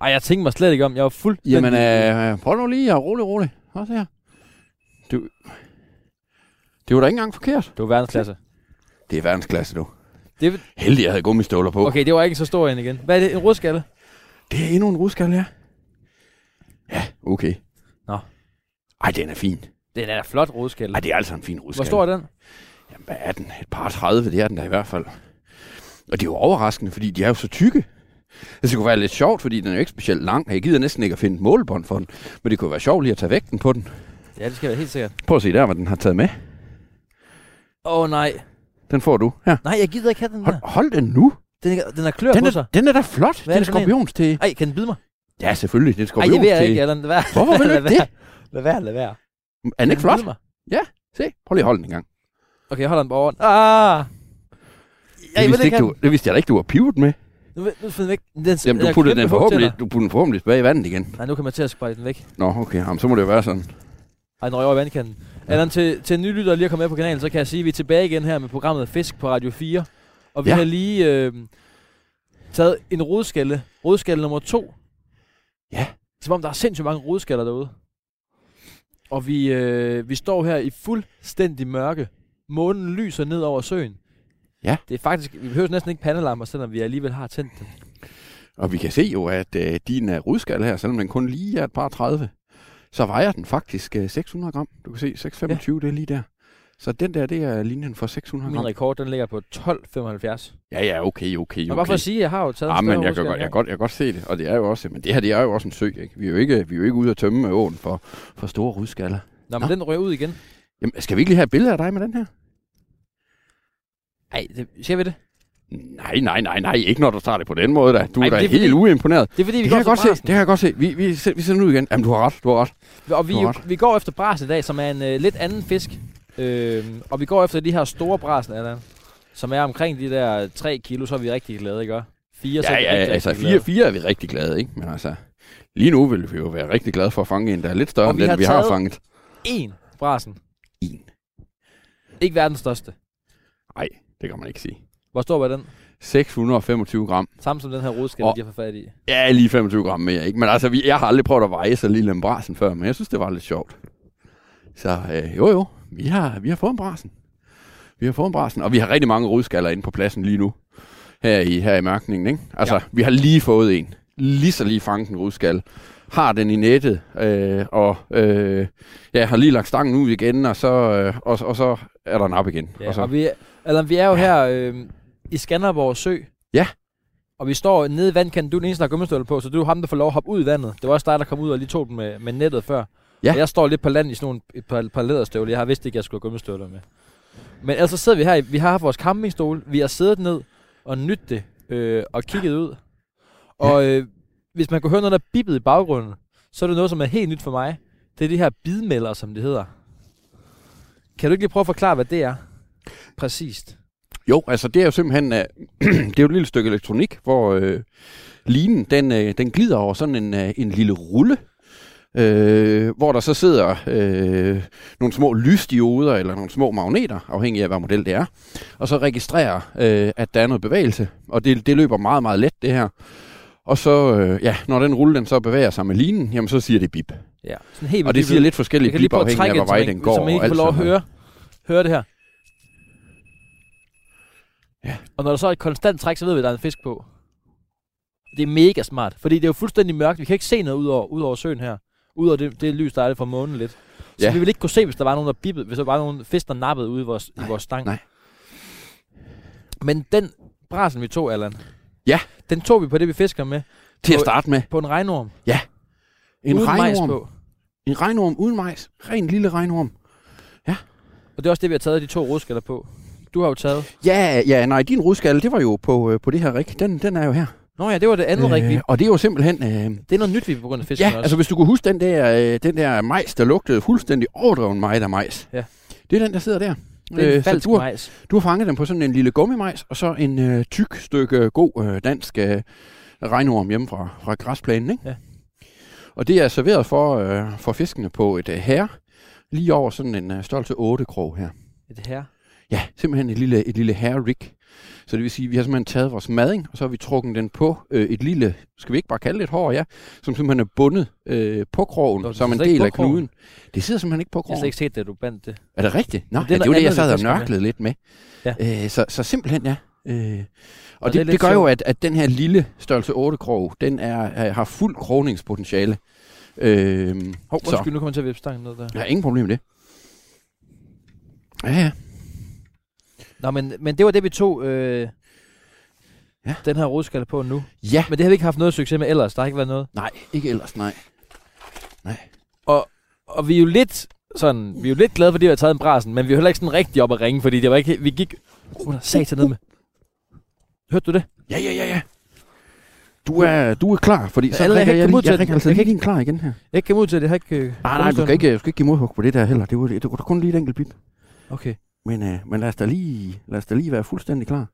Ej, jeg tænkte mig slet ikke om. Jeg var fuldstændig... Jamen, øh, prøv nu lige at rolig, rolig. Prøv at se her. Du... Det var da ikke engang forkert. Det var verdensklasse. Det er verdensklasse, du. Det er- Heldig, jeg havde gummistøvler på. Okay, det var ikke så stor en igen. Hvad er det? En rudskalle? Det er endnu en rudskalle, ja. Ja, okay. Nå. Ej, den er fin. Den er da flot rudskalle. Ej, det er altså en fin Hvor rudskalle. stor er den? Jamen, hvad er den? Et par 30, det er den da i hvert fald. Og det er jo overraskende, fordi de er jo så tykke. Altså, det kunne være lidt sjovt, fordi den er jo ikke specielt lang. Jeg gider næsten ikke at finde et målebånd for den. Men det kunne være sjovt lige at tage vægten på den. Ja, det skal være helt sikkert. Prøv at se der, hvad den har taget med. Åh oh, nej. Den får du. Her. Nej, jeg gider ikke have den Hold, der. hold den nu. Den, er- den har klør Den på er, sig. den er da Hvad flot. er Hvad den er det for en? skorpions til. Ej, kan den bide mig? Ja, selvfølgelig. Det er Ej, skorpions det vil jeg til. ikke, Allan. Lad være. Hvorfor vil du <laughs> Lad ikke det? Lad være, lad være. Er den ikke flot? bide mig? Se, prøv lige at holde den en gang. Okay, jeg holder den på overen. Ah! Jeg Det vil ikke vidste, ikke, have du, det vidste jeg da ikke, du var pivet med. den. Nu, vil- nu finder jeg væk. Den, Jamen, du har puttede den kæmpe hug til forhåbentlig, du puttede den forhåbentlig tilbage i vandet igen. dig. Nej, nu kan man til at sprække den væk. Nå, okay, jamen, så må det jo være sådan. Ej, den røg over i vandkanten. Allan, til, til nylyttere lige at komme med på kanalen, så kan jeg sige, at vi er tilbage igen her med programmet Fisk på Radio 4. Og vi Ja. har lige øh, taget en rodskalle, rodskalle nummer to. Ja. Som om der er sindssygt mange rodskaller derude. Og vi, øh, vi står her i fuldstændig mørke. Månen lyser ned over søen. Ja. Det er faktisk, vi behøver næsten ikke pandelamper, selvom vi alligevel har tændt dem. Og vi kan se jo, at øh, din øh, rudskalle her, selvom den kun lige er et par 30, så vejer den faktisk øh, 600 gram. Du kan se, 625, ja. det er lige der. Så den der, det er linjen for 600 Min gram. rekord, den ligger på 12,75. Ja, ja, okay, okay, Og bare for okay. at sige, at jeg har jo taget en Ja, større men jeg kan, rodskalle godt, jeg, her. kan godt, jeg kan godt se det, og det er jo også, men det her det er jo også en sø, ikke? Vi er jo ikke, vi er jo ikke ude at tømme åen for, for store rudskaller. Nå, men Nå. den rører ud igen. Jamen, skal vi ikke lige have et billede af dig med den her? Ej, det, ser vi det? Nej, nej, nej, nej, ikke når du tager det på den måde da. Du Ej, men Ej, er da det er helt fordi- uimponeret. Det er fordi, vi Det går kan jeg godt se, efter det kan jeg godt se. Vi, vi, se- vi sender den ud igen. Jamen, du har ret, du har ret. brasen. Og vi, Du har vi går efter brasen i dag, som er en øh, lidt anden fisk. Øhm, og vi går efter de her store brasen, Allan, som er omkring de der 3 kilo, så er vi rigtig glade, ikke? 4, så Ja, er vi ja, rigtig, altså rigtig 4, 4 er vi rigtig glade, ikke? Men altså, lige nu vil vi jo være rigtig glade for at fange en, der er lidt større Og end vi den, har vi har taget- fanget. En brasen. En. Ikke verdens største. Nej, det kan man ikke sige. Hvor stor var den? 625 gram. Samme som den her rodskade, Og- de har fået fat i. Ja, lige 25 gram mere, ikke? Men altså, vi, jeg har aldrig prøvet at veje så lille en brasen før, men jeg synes, det var lidt sjovt. Så øh, jo, jo, vi har, vi har fået en brasen. Vi har fået en brasen, og vi har rigtig mange rodskaller inde på pladsen lige nu. Her i, her i mørkningen, ikke? Altså, ja. vi har lige fået en. Lige så lige fanget en rodskal. Har den i nettet, øh, og øh, ja, har lige lagt stangen ud igen, og så, øh, og, og så er der en op igen. Ja, og og, så, og vi, Allan, vi er jo her øh, i Skanderborg Sø. Ja. Og vi står nede i vandkanten. Du er den eneste, der har gummistøvler på, så du er ham, der får lov at hoppe ud i vandet. Det var også dig, der kom ud og lige tog den med, med nettet før. Ja. Og jeg står lidt på land i sådan nogle, et par, par læderstøvler. Jeg har vidst ikke, jeg skulle have gummistøvler med. Men ellers så sidder vi her. i- Vi har haft vores campingstol. Vi har siddet ned og nydt det øh, og kigget ud. Og øh, hvis man kunne høre noget, der bippede i baggrunden, så er det noget, som er helt nyt for mig. Det er de her bidmelder, som det hedder. Kan du ikke lige prøve at forklare, hvad det er? Præcist. Jo, altså det er jo simpelthen, øh, <clears throat> det er jo et lille stykke elektronik, hvor øh, linen den, øh, den glider over sådan en, øh, en lille rulle, øh, hvor der så sidder øh, nogle små lysdioder eller nogle små magneter, afhængig af hvad model det er, og så registrerer, øh, at der er noget bevægelse, og det, det løber meget, meget let det her. Og så, øh, ja, når den rulle den så bevæger sig med linen, jamen så siger det bip. Ja. Sådan helt Og det siger lidt forskellige bip, afhængig af, hvor vej den går. altså. så man ikke og alt får lov at sådan noget. høre, høre det her. Ja. Og når der så er et konstant træk, så ved vi, at der er en fisk på. Det er mega smart, fordi det er jo fuldstændig mørkt. Vi kan ikke se noget ud over, ud over søen her. Udover det, det lys, der er lidt fra månen lidt. Så Ja. vi ville ikke kunne se, hvis der var nogen, der bippede, hvis der var nogen fisk, der nappede ude i vores, i vores stang. nej. Men den brasen, vi tog, Allan, Ja. den tog vi på det, vi fisker med, Til at starte med, på en regnorm. en uden majs regnorm. på. En regnorm uden majs. Ren lille regnorm. Og det er også det, vi har taget de to rodskaller på. Du har jo taget... Ja, ja, nej, din rudskalle, det var jo på, øh, på det her rig. Den, den er jo her. Nå ja, det var det andet øh. rigtigt. og det er jo simpelthen... Øh, Det er noget nyt, vi begyndte at fiske ja, med også. altså hvis du kunne huske den der, øh, den der majs, der lugtede fuldstændig overdreven meget af majs. Ja. Det er den, der sidder der. det er en øh, så falsk du, har, majs. du har fanget den på sådan en lille gummimajs, og så en øh, tyk stykke god øh, dansk øh, regnorm hjemme fra, fra græsplænen, ikke? Ja. Og det er serveret for, øh, for fiskene på et øh, herre, lige over sådan en øh, størrelse 8-krog her. Et her. Ja, simpelthen et lille, et lille hair rig. Så det vil sige, at vi har simpelthen taget vores mading, og så har vi trukket den på øh, et lille, skal vi ikke bare kalde det et hår, ja, som simpelthen er bundet øh, på krogen, Nå, det som en sidder ikke del på af krogen. knuden. Det sidder simpelthen ikke på Jeg har krogen. slet ikke set det, du bandt det. Er det rigtigt? Nå, Men det det er er, ja, det, er noget andet, vi jo det, jeg sad og fisker med. nørklede lidt med. Ja. Øh, så, så simpelthen, ja. Øh, og, Og og det er det, lidt det gør jo, sjovt. at, at den her lille størrelse 8-krog, den er, er, har fuld kroningspotentiale. Øh, Hov, så, undskyld, nu kommer jeg til at vippe stangen ned der. jeg har ingen problem med det. Ja, ja. Nå, men, men det var det, vi tog øh, Ja. den her rodskalle på nu. Ja, Men det har vi ikke haft noget succes med ellers. Der har ikke været noget. nej, ikke ellers, nej. Og vi er jo lidt sådan, vi er jo lidt glade, fordi vi har taget en brasen, men vi er heller ikke sådan rigtig op at ringe, fordi det var ikke, vi gik under satan ned med. Hørte du det? Ja, ja, ja, ja. Du er, du er klar, fordi så Alle ringer kan jeg, komme ud lige, til jeg den. ringer altså Jeg kan lige en klar igen her. Jeg ikke ud til det, jeg har ikke... øh, Nej, nej, du understøttet. skal ikke, du skal ikke give modhug på det der heller. Det var, det var kun lige et enkelt bip. Okay. Men, øh, men lad, os da lige, lad os da lige være fuldstændig klar.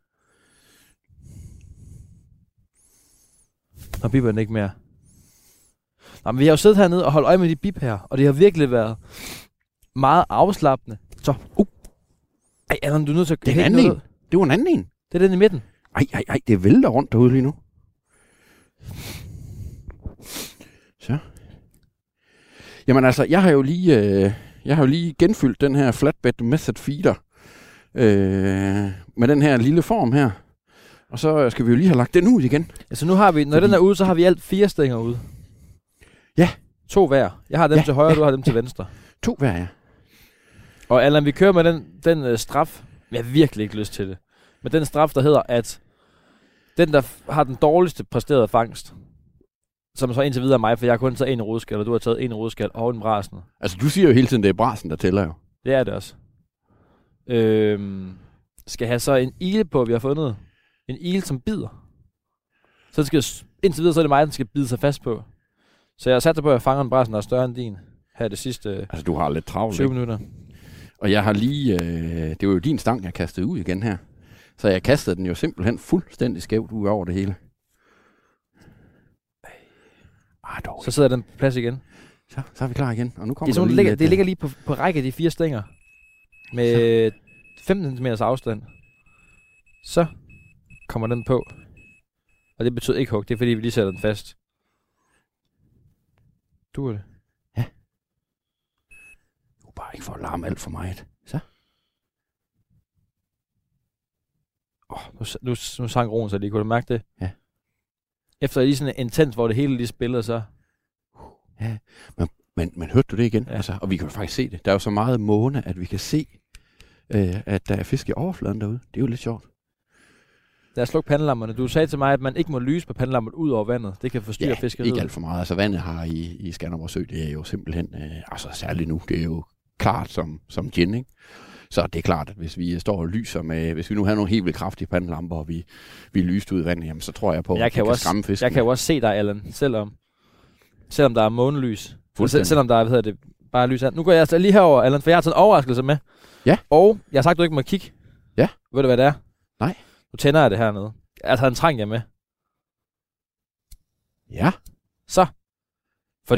Nå, bipper den ikke mere. Nå, men vi har jo siddet hernede og holdt øje med de bip her, og det har virkelig været meget afslappende. Så, uh. Ej, Allan, du er nødt til at Det er en hænge anden noget ud. Det var en anden en. Det er den i midten. Ej, ej, ej, det vælter rundt derude lige nu. Så. Jamen altså, jeg har jo lige, øh, jeg har jo lige genfyldt den her flatbed method feeder øh, med den her lille form her. Og så øh, skal vi jo lige have lagt den ud igen. Altså nu har vi, når Fordi- den er ude, så har vi alt fire stænger ude. Ja. To hver. Jeg har dem Ja, til højre, ja, du har dem til venstre. To hver, ja. Og Allan, vi kører med den, den øh, straf. Jeg har virkelig ikke lyst til det. Men den straf, der hedder, at den, der f- har den dårligste præsterede fangst, som så indtil videre er mig, for jeg har kun taget en rodskal, og du har taget en rodskal og en brasen. Altså, du siger jo hele tiden, det er brasen, der tæller jo. Det er det også. Øhm, skal have så en ile på, vi har fundet. En ile, som bider. Så den skal, indtil videre, så er det mig, den skal bide sig fast på. Så jeg satte på, at jeg fanger en brasen, der er større end din. Her det sidste øh, Altså, du har lidt travlt. 20 minutter. Og jeg har lige, øh, det var jo din stang, jeg kastede ud igen her. Så jeg kastede den jo simpelthen fuldstændig skævt ud over det hele. Ej, dog. Så sidder den på plads igen. Så, så er vi klar igen. Og Det, nu er kommer sådan, der det, ligger, lidt, det øh, ligger lige på, på række af de fire stænger. Med 15 cm afstand. Så kommer den på. Og det betyder ikke hug, det er fordi vi lige sætter den fast. Du er det. øh, Du er bare ikke for at larme alt for meget. Nu, s- nu, s- nu sang roen så lige, kunne du mærke det? Ja. Efter lige sådan en intens, hvor det hele lige spillede, så... Men, men hørte du det igen? Ja. Ja. Altså, og vi kan jo faktisk se det. Der er jo så meget måne, at vi kan se, øh, at der er fisk i overfladen derude. Det er jo lidt sjovt. Lad os slukke pandelammerne. Du sagde til mig, at man ikke må lyse på pandelammeret ud over vandet. Det kan forstyrre Ja, fiskeriet. ikke alt for meget. Altså vandet her i, i Skanderborg Sø, det er jo simpelthen, øh, altså særligt nu, det er jo klart som, som gin, ikke? Så det er klart, at hvis vi øh, står og lyser med, hvis vi nu havde nogle helt vildt kraftige pandelamper, og vi, vi lyste ud i vandet, jamen så tror jeg på, Jeg at kan det jo kan også- skræmme fisken. Jeg kan jo også se dig, Allan, selvom, selvom der er månelys. Selv, Fuldstændig. selvom der er, hvad hedder det, bare lys her. Nu går jeg altså lige herover, Allan, for jeg har taget en overraskelse med. Ja. Og jeg har sagt, du ikke må kigge. Ja. Ved du, hvad det er? Nej. Nu tænder jeg det hernede. Jeg tager en trang, jeg med. Ja, Så. fordi...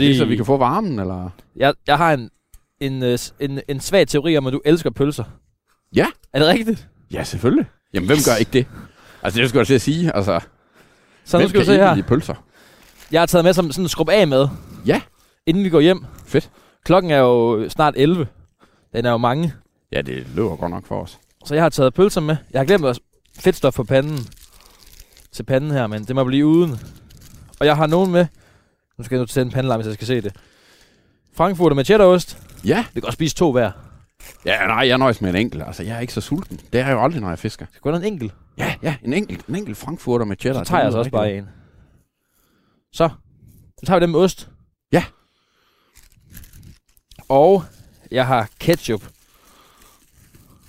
Fordi så vi kan få varmen, eller? jeg, jeg har en, en, øh, s- en, en svag teori om, at du elsker pølser. Ja. Er det rigtigt? Ja, selvfølgelig. Jamen, hvem gør ikke det? Altså, det skulle jeg til at sige. Altså, Så hvem nu skal du kan se ikke her. lide pølser? Jeg har taget med som sådan en skrub af med. Ja. Inden vi går hjem. Fedt. Klokken er jo snart 11. Den er jo mange. Ja, det løber godt nok for os. Så jeg har taget pølser med. Jeg har glemt også fedtstof på panden. Til panden her, men det må blive uden. Og jeg har nogen med. Nu skal jeg nu til en pandelam, hvis jeg skal se det. Frankfurt og machettaost. Ja, Vi kan også spise to hver. ja nej, jeg nøjes med en enkelt. Altså, jeg er ikke så sulten. Det er jeg jo aldrig, når jeg fisker. Skal kun have en enkelt. Ja, ja, en enkelt, en enkelt frankfurter med Så cheddar. tager jeg altså også bare en. Så. Så tager vi den med ost. Ja. Og jeg har ketchup.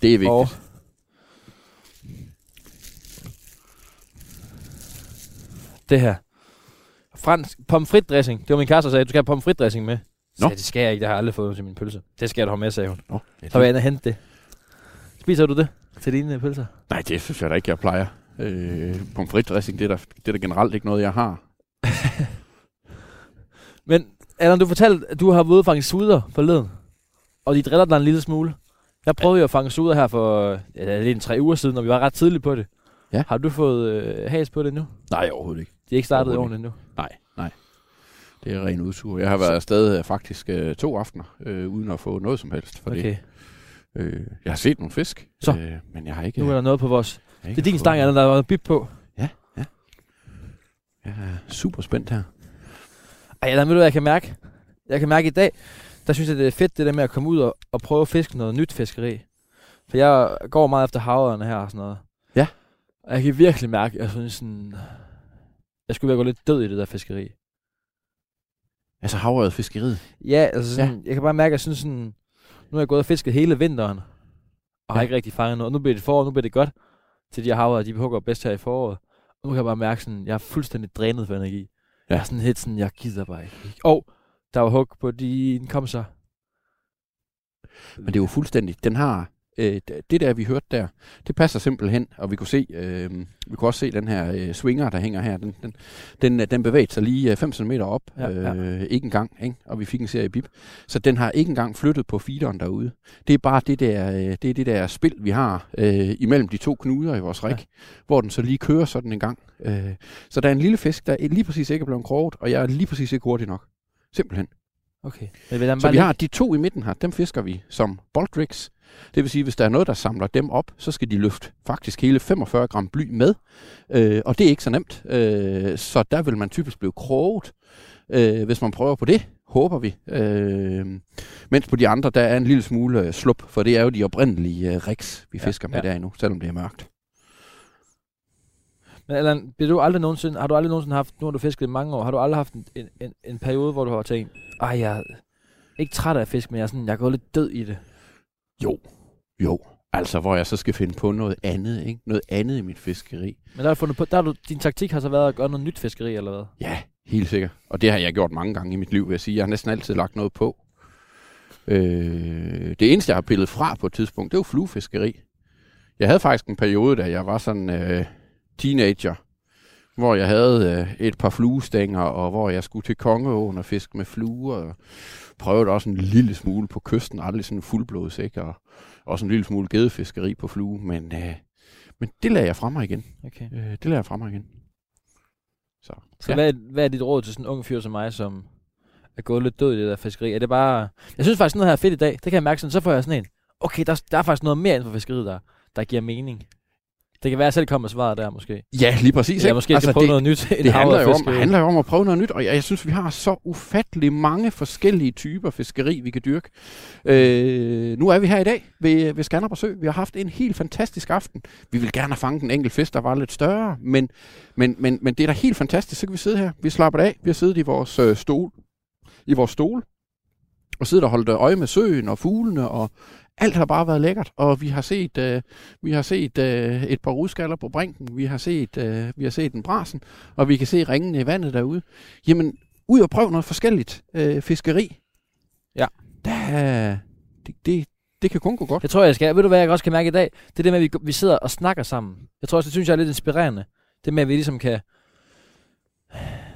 Det er vigtigt. Og det her. Fransk pomfritdressing. Det var min kæreste, der sagde, du skal have pomfritdressing med. Så Nå. det skal jeg ikke, det har jeg aldrig fået til min pølse. Det skal jeg da have med, sagde hun. Nå, Så var jeg inde og hente det. Spiser du det til dine øh, pølser? Nej, det synes jeg da ikke, jeg plejer. Øh, pomfritdressing, det er, der, det er der generelt ikke noget, jeg har. Men Allan, du fortalte, at du har været ude at fange suder forleden. Og de driller dig en lille smule. Jeg prøvede jo at fange suder her for øh, ja, det er en tre uger siden, og vi var ret tidligt på det. Ja. Har du fået øh, has på det nu? Nej, overhovedet ikke. De er ikke startet i Overhovedet ovnen endnu. Nej, nej. Det er ren udsug. Jeg har været afsted øh, faktisk øh, to aftener, øh, uden at få noget som helst for det. Okay. Øh, jeg har set nogle fisk, Så. Øh, men jeg har ikke... Nu er der noget på vores Det jeg har ikke er din fået- stang, Allan, der var bip på. Jeg er super spændt her. Ej, Allan, ved du, hvad jeg kan mærke? Jeg kan mærke i dag, der synes jeg, det er fedt, det der med at komme ud og, og prøve at fiske noget nyt fiskeri. For jeg går meget efter havørne her og sådan noget. Ja. Og jeg kan virkelig mærke, at jeg synes sådan... Jeg skulle være gå lidt død i det der fiskeri. Altså havrøret fiskeriet. Ja, altså sådan, ja. jeg kan bare mærke, at jeg synes sådan... Nu har jeg gået og fisket hele vinteren, og ja. har Ja. ikke rigtig fanget noget. Nu bliver det forår, nu bliver det godt til de her havre, de hugger bedst her i foråret. Og nu kan jeg bare mærke sådan, jeg er fuldstændig drænet for energi. Ja. Ja. Jeg er sådan helt sådan, jeg gider bare ikke. Og der var hug på din kom så. Men det er jo fuldstændig... Den har... Øh, d- det der, vi hørte der, det passer simpelthen, og vi kunne se, øh, vi kunne også se den her øh, swinger, der hænger her, den, den, den, øh, den bevægede sig lige 5 cm op, Ja, ja, ja. ja. Øh, ikke engang, ikke? og vi fik en serie bip. Så den har ikke engang flyttet på feederen derude. Det er bare det der, øh, det er det der spil, vi har øh, imellem de to knuder i vores rig, Ja. ja. hvor den så lige kører sådan en gang. Øh, så der er en lille fisk, der er lige præcis ikke er blevet kroget, og jeg er lige præcis ikke hurtig nok. Simpelthen. Okay. Men vil den Så bare vi lige- har de to i midten her, dem fisker vi som boldrigs. Det vil sige, hvis der er noget, der samler dem op, så skal de løfte faktisk hele 45 gram bly med. Øh, og det er ikke så nemt, øh, så der vil man typisk blive kroget, øh, hvis man prøver på det, håber vi. Øh, mens på de andre, der er en lille smule øh, slup, for det er jo de oprindelige øh, rigs, vi Ja, fisker med ja. der endnu, selvom det er mørkt. Men Allan, bliver du aldrig nogensinde, har du aldrig nogensinde haft, nu har du fisket i mange år, har du aldrig haft en, en, en, en periode, hvor du har tænkt, ej, jeg er ikke træt af fisk, men jeg er sådan, jeg er gået lidt død i det. Jo, jo. Altså, hvor jeg så skal finde på noget andet, ikke? Noget andet i mit fiskeri. Men der har du fundet på, der har du, din taktik har så været at gøre noget nyt fiskeri, eller hvad? Ja, helt sikkert. Og det har jeg gjort mange gange i mit liv, vil jeg sige. Jeg har næsten altid lagt noget på. Øh, det eneste, jeg har pillet fra på et tidspunkt, det var fluefiskeri. Jeg havde faktisk en periode, da jeg var sådan øh, teenager, hvor jeg havde øh, et par fluestænger, og hvor jeg skulle til Kongeåen og fiske med fluer, og prøvede også en lille smule på kysten, aldrig sådan fuldblods, ikke? Og også en lille smule gedefiskeri på flue, men, øh, men det lader jeg fra mig igen. Okay. Øh, det lader jeg fra mig igen. Så, Så ja. hvad, hvad er dit råd til sådan en ung fyr som mig, som er gået lidt død i det der fiskeri? Er det bare... Jeg synes faktisk, noget her er fedt i dag. Det kan jeg mærke sådan, så får jeg sådan en. Okay, der, der er faktisk noget mere inden for fiskeriet, der, der giver mening. Det kan være, at jeg selv kommer med svaret der, måske. Ja, lige præcis. Eller måske altså, skal prøve det, noget nyt. <laughs> end det hav- og handler jo, om, fiskeri. handler jo om at prøve noget nyt, og jeg, jeg synes, vi har så ufattelig mange forskellige typer fiskeri, vi kan dyrke. Øh, nu er vi her i dag ved, ved Skanderborg Sø. Vi har haft en helt fantastisk aften. Vi vil gerne have fanget en enkelt fisk, der var lidt større, men, men, men, men det er da helt fantastisk. Så kan vi sidde her. Vi slapper af. Vi har siddet i vores øh, stol. I vores stol. Og siddet og holdt øje med søen og fuglene og alt har bare været lækkert, og vi har set, øh, vi har set øh, et par rudskaller på brinken, vi har set, øh, vi har set en brasen, og vi kan se ringene i vandet derude. Jamen, ud og prøv noget forskelligt øh, fiskeri. Ja. Der, det, det, det kan kun gå godt. Jeg tror, jeg skal. Ved du, hvad jeg også kan mærke i dag? Det er det med, at vi, vi sidder og snakker sammen. Jeg tror også, det synes jeg er lidt inspirerende. Det med, at vi ligesom kan...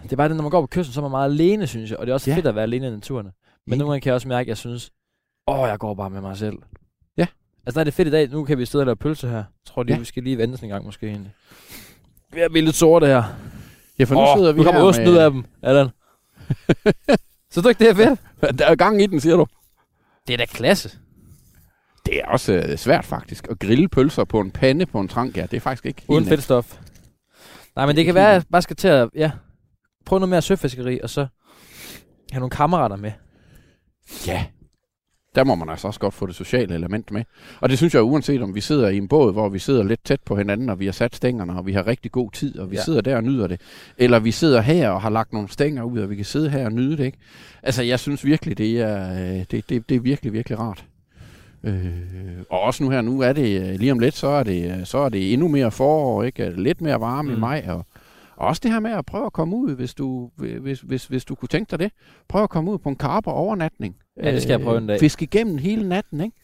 Det er bare det, når man går på kysten, så er man meget alene, synes jeg. Og det er også Ja. ja. fedt at være alene i naturen. Men nogle gange kan jeg også mærke, at jeg synes, åh, jeg går bare med mig selv. Ja. Altså, der er det fedt i dag. Nu kan vi sidde og lave pølse her. Jeg tror lige, Ja. ja. vi skal lige vende sådan en gang, måske egentlig. Vi er lidt sorte her. Ja, for nu oh, sidder vi nu kommer her osten ud af dem, <laughs> Allan. synes du ikke, det er fedt? Der er gang i den, siger du. Det er da klasse. Det er også øh, svært faktisk at grille pølser på en pande på en trang. Ja, det er faktisk ikke Uden helt fedtstof. Nej, men Det det er kan fint. være, at jeg bare skal til at ja, prøve noget mere søfiskeri, og så have nogle kammerater med. nemt. Ja. Der må man altså også godt få det sociale element med. Og det synes jeg uanset om vi sidder i en båd, hvor vi sidder lidt tæt på hinanden, og vi har sat stængerne, og vi har rigtig god tid, og vi ja. Ja. sidder der og nyder det. Eller vi sidder her og har lagt nogle stænger ud, og vi kan sidde her og nyde det. Ikke? Altså, jeg synes virkelig, det er, øh, det, det, det er virkelig, virkelig rart. Øh, og også nu her, nu er det øh, lige om lidt, så er det, øh, så er det endnu mere forår, ikke? Er det Lidt mere varme mm. i Mm. maj, og, og også det her med at prøve at komme ud, hvis du, hvis, hvis, hvis du kunne tænke dig det. Prøv at komme ud på en karper overnatning. Ja, det skal jeg prøve en dag. Fisk igennem hele natten, ikke?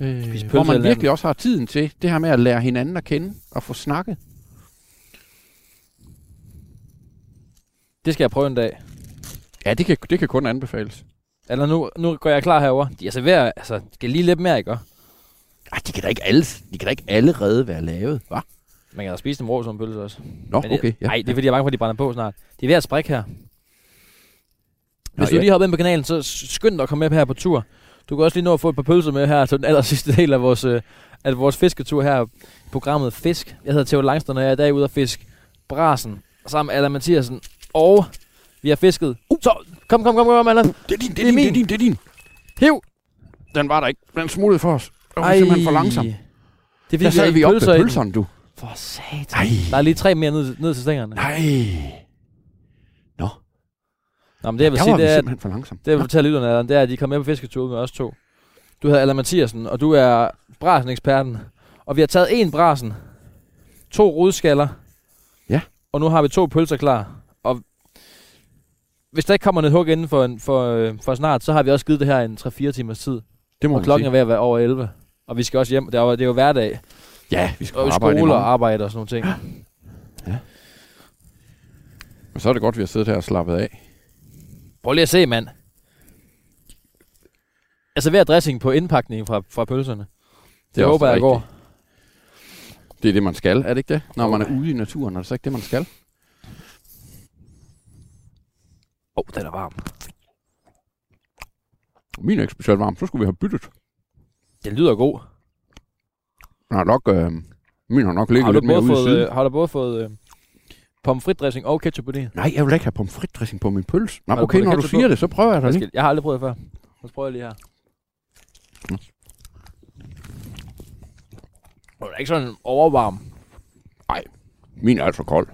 Øh, pølse hvor man hele virkelig natten. også har tiden til det her med at lære hinanden at kende og få snakket. Det skal jeg prøve en dag. Ja, det kan, det kan kun anbefales. Eller nu, nu går jeg klar herover. De er serverer, altså, skal lige lidt mere, ikke? også? Ej, de kan da ikke, alle, de kan da ikke allerede være lavet, hva'? Man kan da spise dem rå som en pølse også. Nå, Men okay. det, Nej, det er fordi, jeg er bange for, at de brænder på snart. De er ved at sprække her. Hvis Nå, du lige hopper ind på kanalen, så skynd dig at komme med her på tur. Du kan også lige nå at få et par pølser med her til den aller sidste del af vores, øh, af vores fisketur her. i Programmet Fisk. Jeg hedder Theo Langstrøm, og jeg er i dag ude at fiske Brasen sammen med Allan Mathiasen. Og vi har fisket. Uh, så kom, kom, kom, kom, Allan. Det er din, det er min. det er din. Hiv! Den var der ikke. Den smuttede for os. Den var simpelthen for langsom. Det er fordi, Der sad vi op pølser med i den. pølserne, du. For satan. Nej, Der er lige tre mere ned, ned til stængerne. nej. Nå, men det jeg vil Der sige, var vi det er, at simpelthen for langsom. Det jeg vil fortælle lytterne, Allan, det er, at de kom med på fisketur med os to. Du hedder Allan Mathiasen, og du er brasen-eksperten. Og vi har taget en brasen, to rodskaller, Ja. og nu har vi to pølser klar. Og hvis der ikke kommer noget hug inden for, en, for, øh, for snart, så har vi også givet det her en 3-4 timers tid. Det må Og man klokken er sige. ved at være over 11. Og vi skal også hjem. Det er jo, det er jo hverdag. Ja, vi skal Og arbejde i skole og morgen. arbejde og sådan nogle ting. Men så er det godt, vi har siddet her og slappet af. Prøv lige at se, mand. Jeg serverer dressing på indpakningen fra, fra pølserne. Det, er det også håber jeg rigtigt. går. Det er det, man skal, er det ikke det? Når man er ude i naturen, er det så ikke det, man skal? Åh, oh, den er varm. Min er ikke specielt varm, så skulle vi have byttet. Den lyder god. Den har nok, øh, min har nok Har ligget du, lidt mere både ude i fået, siden. øh, har du både fået øh, pomfritdressing og ketchup på det? Nej, jeg vil ikke have pomfritdressing på min pølse. Nå, Har du okay, puttet når du ketchup på? siger det, så prøver jeg da Jeg, lige. skal, jeg har aldrig prøvet det før. Så prøver jeg lige her. Mm. Og det er ikke sådan overvarm. Min er altså kold.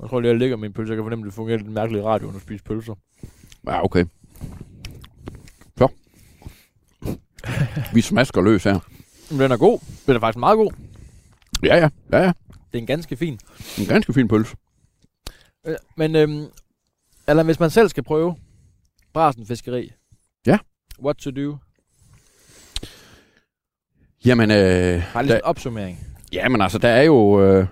Jeg tror lige, jeg ligger min pølse. Jeg kan fornemme, at det fungerer lidt mærkeligt i radioen at spise pølser. Ja, okay. Så. Vi smasker løs her. Men den er god. Den er faktisk meget god. Ja, ja, ja, ja. Det er en ganske fin. En ganske fin pølse. Øh, Men øhm, eller hvis man selv skal prøve brasenfiskeri, Ja. What to do? Jamen, øh, Har lidt der- en opsummering. Ja, men altså, der er jo, øh,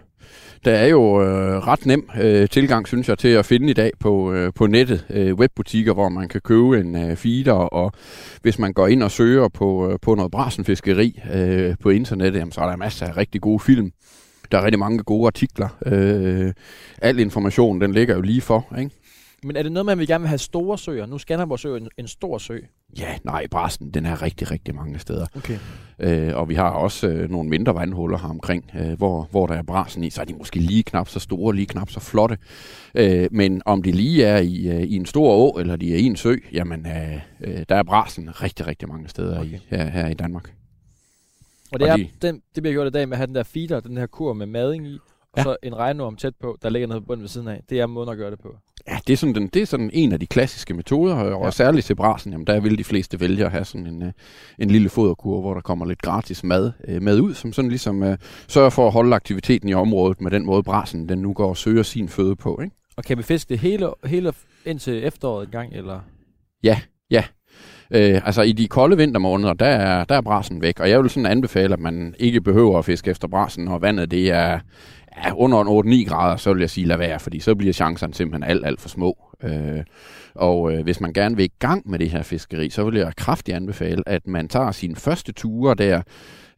der er jo øh, ret nem øh, tilgang, synes jeg, til at finde i dag på, øh, på nettet. Øh, webbutikker, hvor man kan købe en øh, feeder, og hvis man går ind og søger på, øh, på noget brasenfiskeri øh, på internettet, jamen, så er der masser af rigtig gode film. Der er rigtig mange gode artikler. Øh, al information, den ligger jo lige for, ikke? Men er det noget med, at vi gerne vil have store søer? Nu er Skanderborg Sø en, en stor sø. Ja, nej, brasen, den er rigtig, rigtig mange steder. Okay. Øh, og vi har også øh, nogle mindre vandhuller her omkring, øh, hvor, hvor der er brasen i. Så er de måske lige knap så store, lige knap så flotte. Øh, men om de lige er i, øh, i en stor å, eller de er i en sø, jamen øh, øh, der er brasen rigtig, rigtig mange steder okay. i, her, her i Danmark. Og det, Og er, de- den, det bliver gjort i dag med at have den der feeder, den her kur med mading i, og Ja. så en regnorm tæt på, der ligger nede på bunden ved siden af. Det er måden at gøre det på. Ja, det er sådan, den, det er sådan en af de klassiske metoder, og, ja. Ja. og særligt til brasen, jamen, der vil de fleste vælge at have sådan en, øh, en lille foderkur, hvor der kommer lidt gratis mad øh, med ud, som sådan ligesom øh, sørger for at holde aktiviteten i området med den måde brasen, den nu går og søger sin føde på, ikke? Og kan vi fiske det hele, hele indtil efteråret en gang, eller? Øh, altså i de kolde vintermåneder, der er, der er brasen væk, og jeg vil sådan anbefale, at man ikke behøver at fiske efter brasen, når vandet det er ja, under en 8-9 grader, så vil jeg sige lad være, fordi så bliver chancerne simpelthen alt, alt for små. Øh, og øh, hvis man gerne vil i gang med det her fiskeri, så vil jeg kraftigt anbefale, at man tager sine første ture der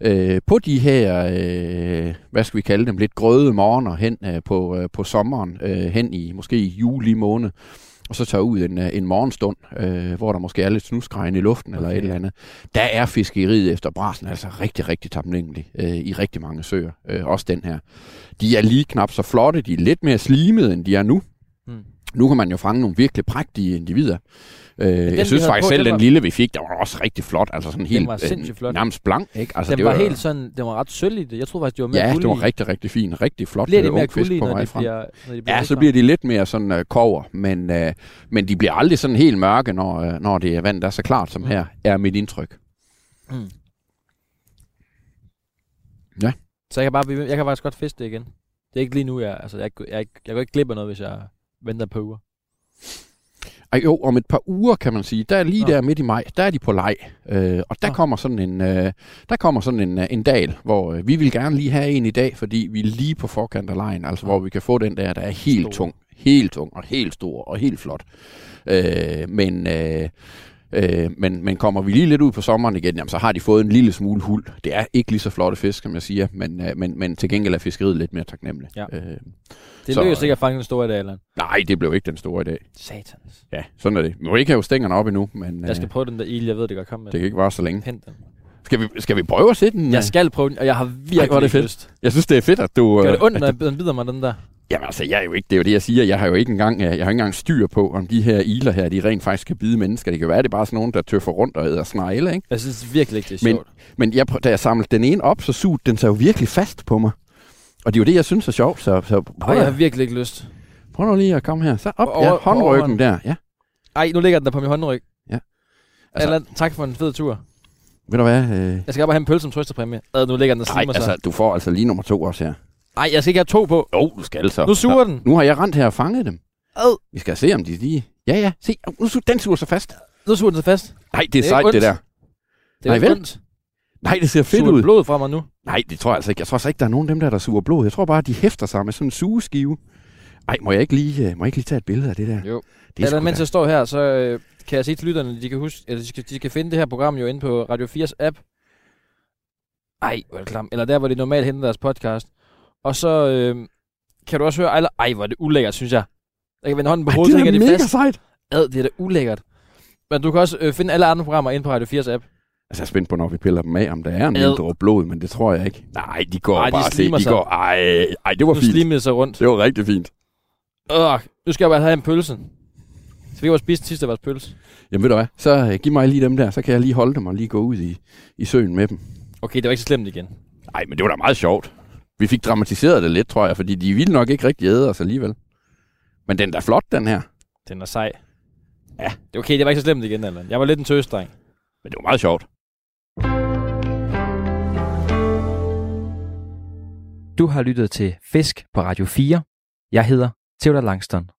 øh, på de her, øh, hvad skal vi kalde dem, lidt grøde morgener hen øh, på, øh, på sommeren, øh, hen i måske i juli måned, og så tager ud en, øh, en morgenstund, øh, hvor der måske er lidt snusgrejen i luften okay. eller Okay. et eller andet. Der er fiskeriet efter brasen altså rigtig, rigtig taknemmelig øh, i rigtig mange søer, øh, også den her. De er lige knap så flotte, de er lidt mere slimede, end de er nu. Hmm. Nu kan man jo fange nogle virkelig prægtige individer. Øh, vi jeg synes havde faktisk på, selv, den den var- lille vi fik, der var også rigtig flot. Altså sådan helt, var øh, sindssygt flot. nærmest blank. Ikke? Altså, Altså, den det var, var helt sådan, den var ret sølv Jeg troede faktisk, det var mere Ja, gullig. det var rigtig, rigtig fint. Rigtig flot Bliver øh, det mere ung fisk gullig, på når vej det frem. bliver, når det bliver Ja, ældre? så bliver de lidt mere sådan øh, kover, men, øh, men de bliver aldrig sådan helt mørke, når, øh, når det er vand, der er så klart som Mm. her, er mit indtryk. Mm. Ja. Så jeg kan, bare, blive- jeg kan faktisk godt fiske det igen. Det er ikke lige nu, jeg, altså, jeg, jeg, jeg, jeg går ikke glip af noget, hvis jeg venter på uger. Ej, jo, om et par uger, kan man sige, der er lige Nå. der midt i maj, der er de på leg. Øh, og der Nå. kommer sådan en, øh, der kommer sådan en, øh, en dal, hvor øh, vi vil gerne lige have en i dag, fordi vi er lige på forkant af lejen, altså hvor vi kan få den der, der er helt Stor. tung, helt tung og helt stor og helt flot. Øh, men, øh, øh, men, men kommer vi lige lidt ud på sommeren igen, jamen, så har de fået en lille smule hul. Det er ikke lige så flotte fisk, som jeg siger, men, øh, men, men til gengæld er fiskeriet lidt mere taknemmeligt. Ja. Øh, Det Så, lykkedes øh, ikke at fange den store i dag, Allan. nej, det blev ikke den store i dag. Satans. Ja, sådan er det. Nu ikke have stængerne op endnu, men øh, Jeg skal prøve den der il, jeg ved, det kan komme med. det kan ikke vare så længe. Hent den. Skal vi, skal vi prøve at se den? Jeg skal prøve den, og jeg har Ej, hvor er virkelig det ikke fedt. lyst. Jeg synes, det er fedt, at du... Gør det øh, ondt, når den bider mig, den der? Jamen altså, jeg er jo ikke, det er jo det, jeg siger. Jeg har jo ikke engang, øh, jeg har ikke engang styr på, om de her iler her, de rent faktisk kan bide mennesker. Det kan være, det er bare sådan nogen, der tøffer rundt og æder snegle, ikke? Jeg synes virkelig ikke, det er Men- sjovt. Men jeg, prøv- da jeg samlede den ene op, så sugede den sig jo virkelig fast på mig. Og det er jo det, jeg synes er sjovt, så, så Og prøv, jeg ja. har virkelig ikke lyst. prøv nu lige at komme her. Så op, På ja, over- på håndryggen overhånd. der. Ja. Ej, nu ligger den der på min håndryg. Ja. Altså, Altså- Allan, tak for en fed tur. Ved du hvad? Øh, Jeg skal bare have en pølse som trøsterpræmie. Ad, nu ligger den og nej, slimer sig. altså, du får altså lige nummer to også her. Ej, jeg skal ikke have to på. Jo, du skal så. Nu suger den. Nu har jeg rent her og fanget dem. Ad. Vi skal se, om de lige... Ja, ja, se. Au, Nu, su- den suger sig fast. Nu suger den sig fast. Nej, det er, Det er sejt, ondt. det der. Det er Nej, jo vel? ondt. Nej, det ser fedt Suger ud. blod fra mig nu. Nej, det tror jeg altså ikke. Jeg tror altså ikke, der er nogen af dem der, der suger blod. Jeg tror bare, de hæfter sig med sådan en sugeskive. Ej, må jeg ikke lige, øh, må jeg ikke lige tage et billede af det der? Jo. Det er sgu Allan, mens da. jeg står her, så øh, kan jeg sige til lytterne, de kan huske, eller de skal, de skal finde det her program jo inde på Radio 4's app. Ej, hvor er det klam. Eller der, hvor de normalt henter deres podcast. Og så øh, kan du også høre, eller, ej, hvor er det ulækkert, synes jeg. Jeg kan vende hånden på Ej, hovedet, så det er hænger da de mega fast. sejt. Ad, det er da ulækkert. Men du kan også øh, finde alle andre programmer inde på Radio 4's app. Altså, jeg er spændt på, når vi piller dem af, om der er en Ad. lille dråbe blod, men det tror jeg ikke. Nej, de går Ej, de bare til. slimer De sig. går, ej, ej, det var Nu fint. slimede det sig rundt. Det var rigtig fint. Øh, nu skal jeg bare have en pølse. Så vi kan jo spise den sidste af vores pølse. Jamen ved du hvad, så øh, giv mig lige dem der, så kan jeg lige holde dem og lige gå ud i, i søen med dem. Okay, det var ikke så slemt igen. Nej, men det var da meget sjovt. Vi fik dramatiseret det lidt, tror jeg, fordi de ville nok ikke rigtig æde os alligevel. Men den er da flot, den her. Den er sej. Ja. Det er okay, det var ikke så slemt igen, Allan. Jeg var lidt en tøsdreng. Men det var meget sjovt. Du har lyttet til Fisk på Radio 4. Jeg hedder Theodor Langston.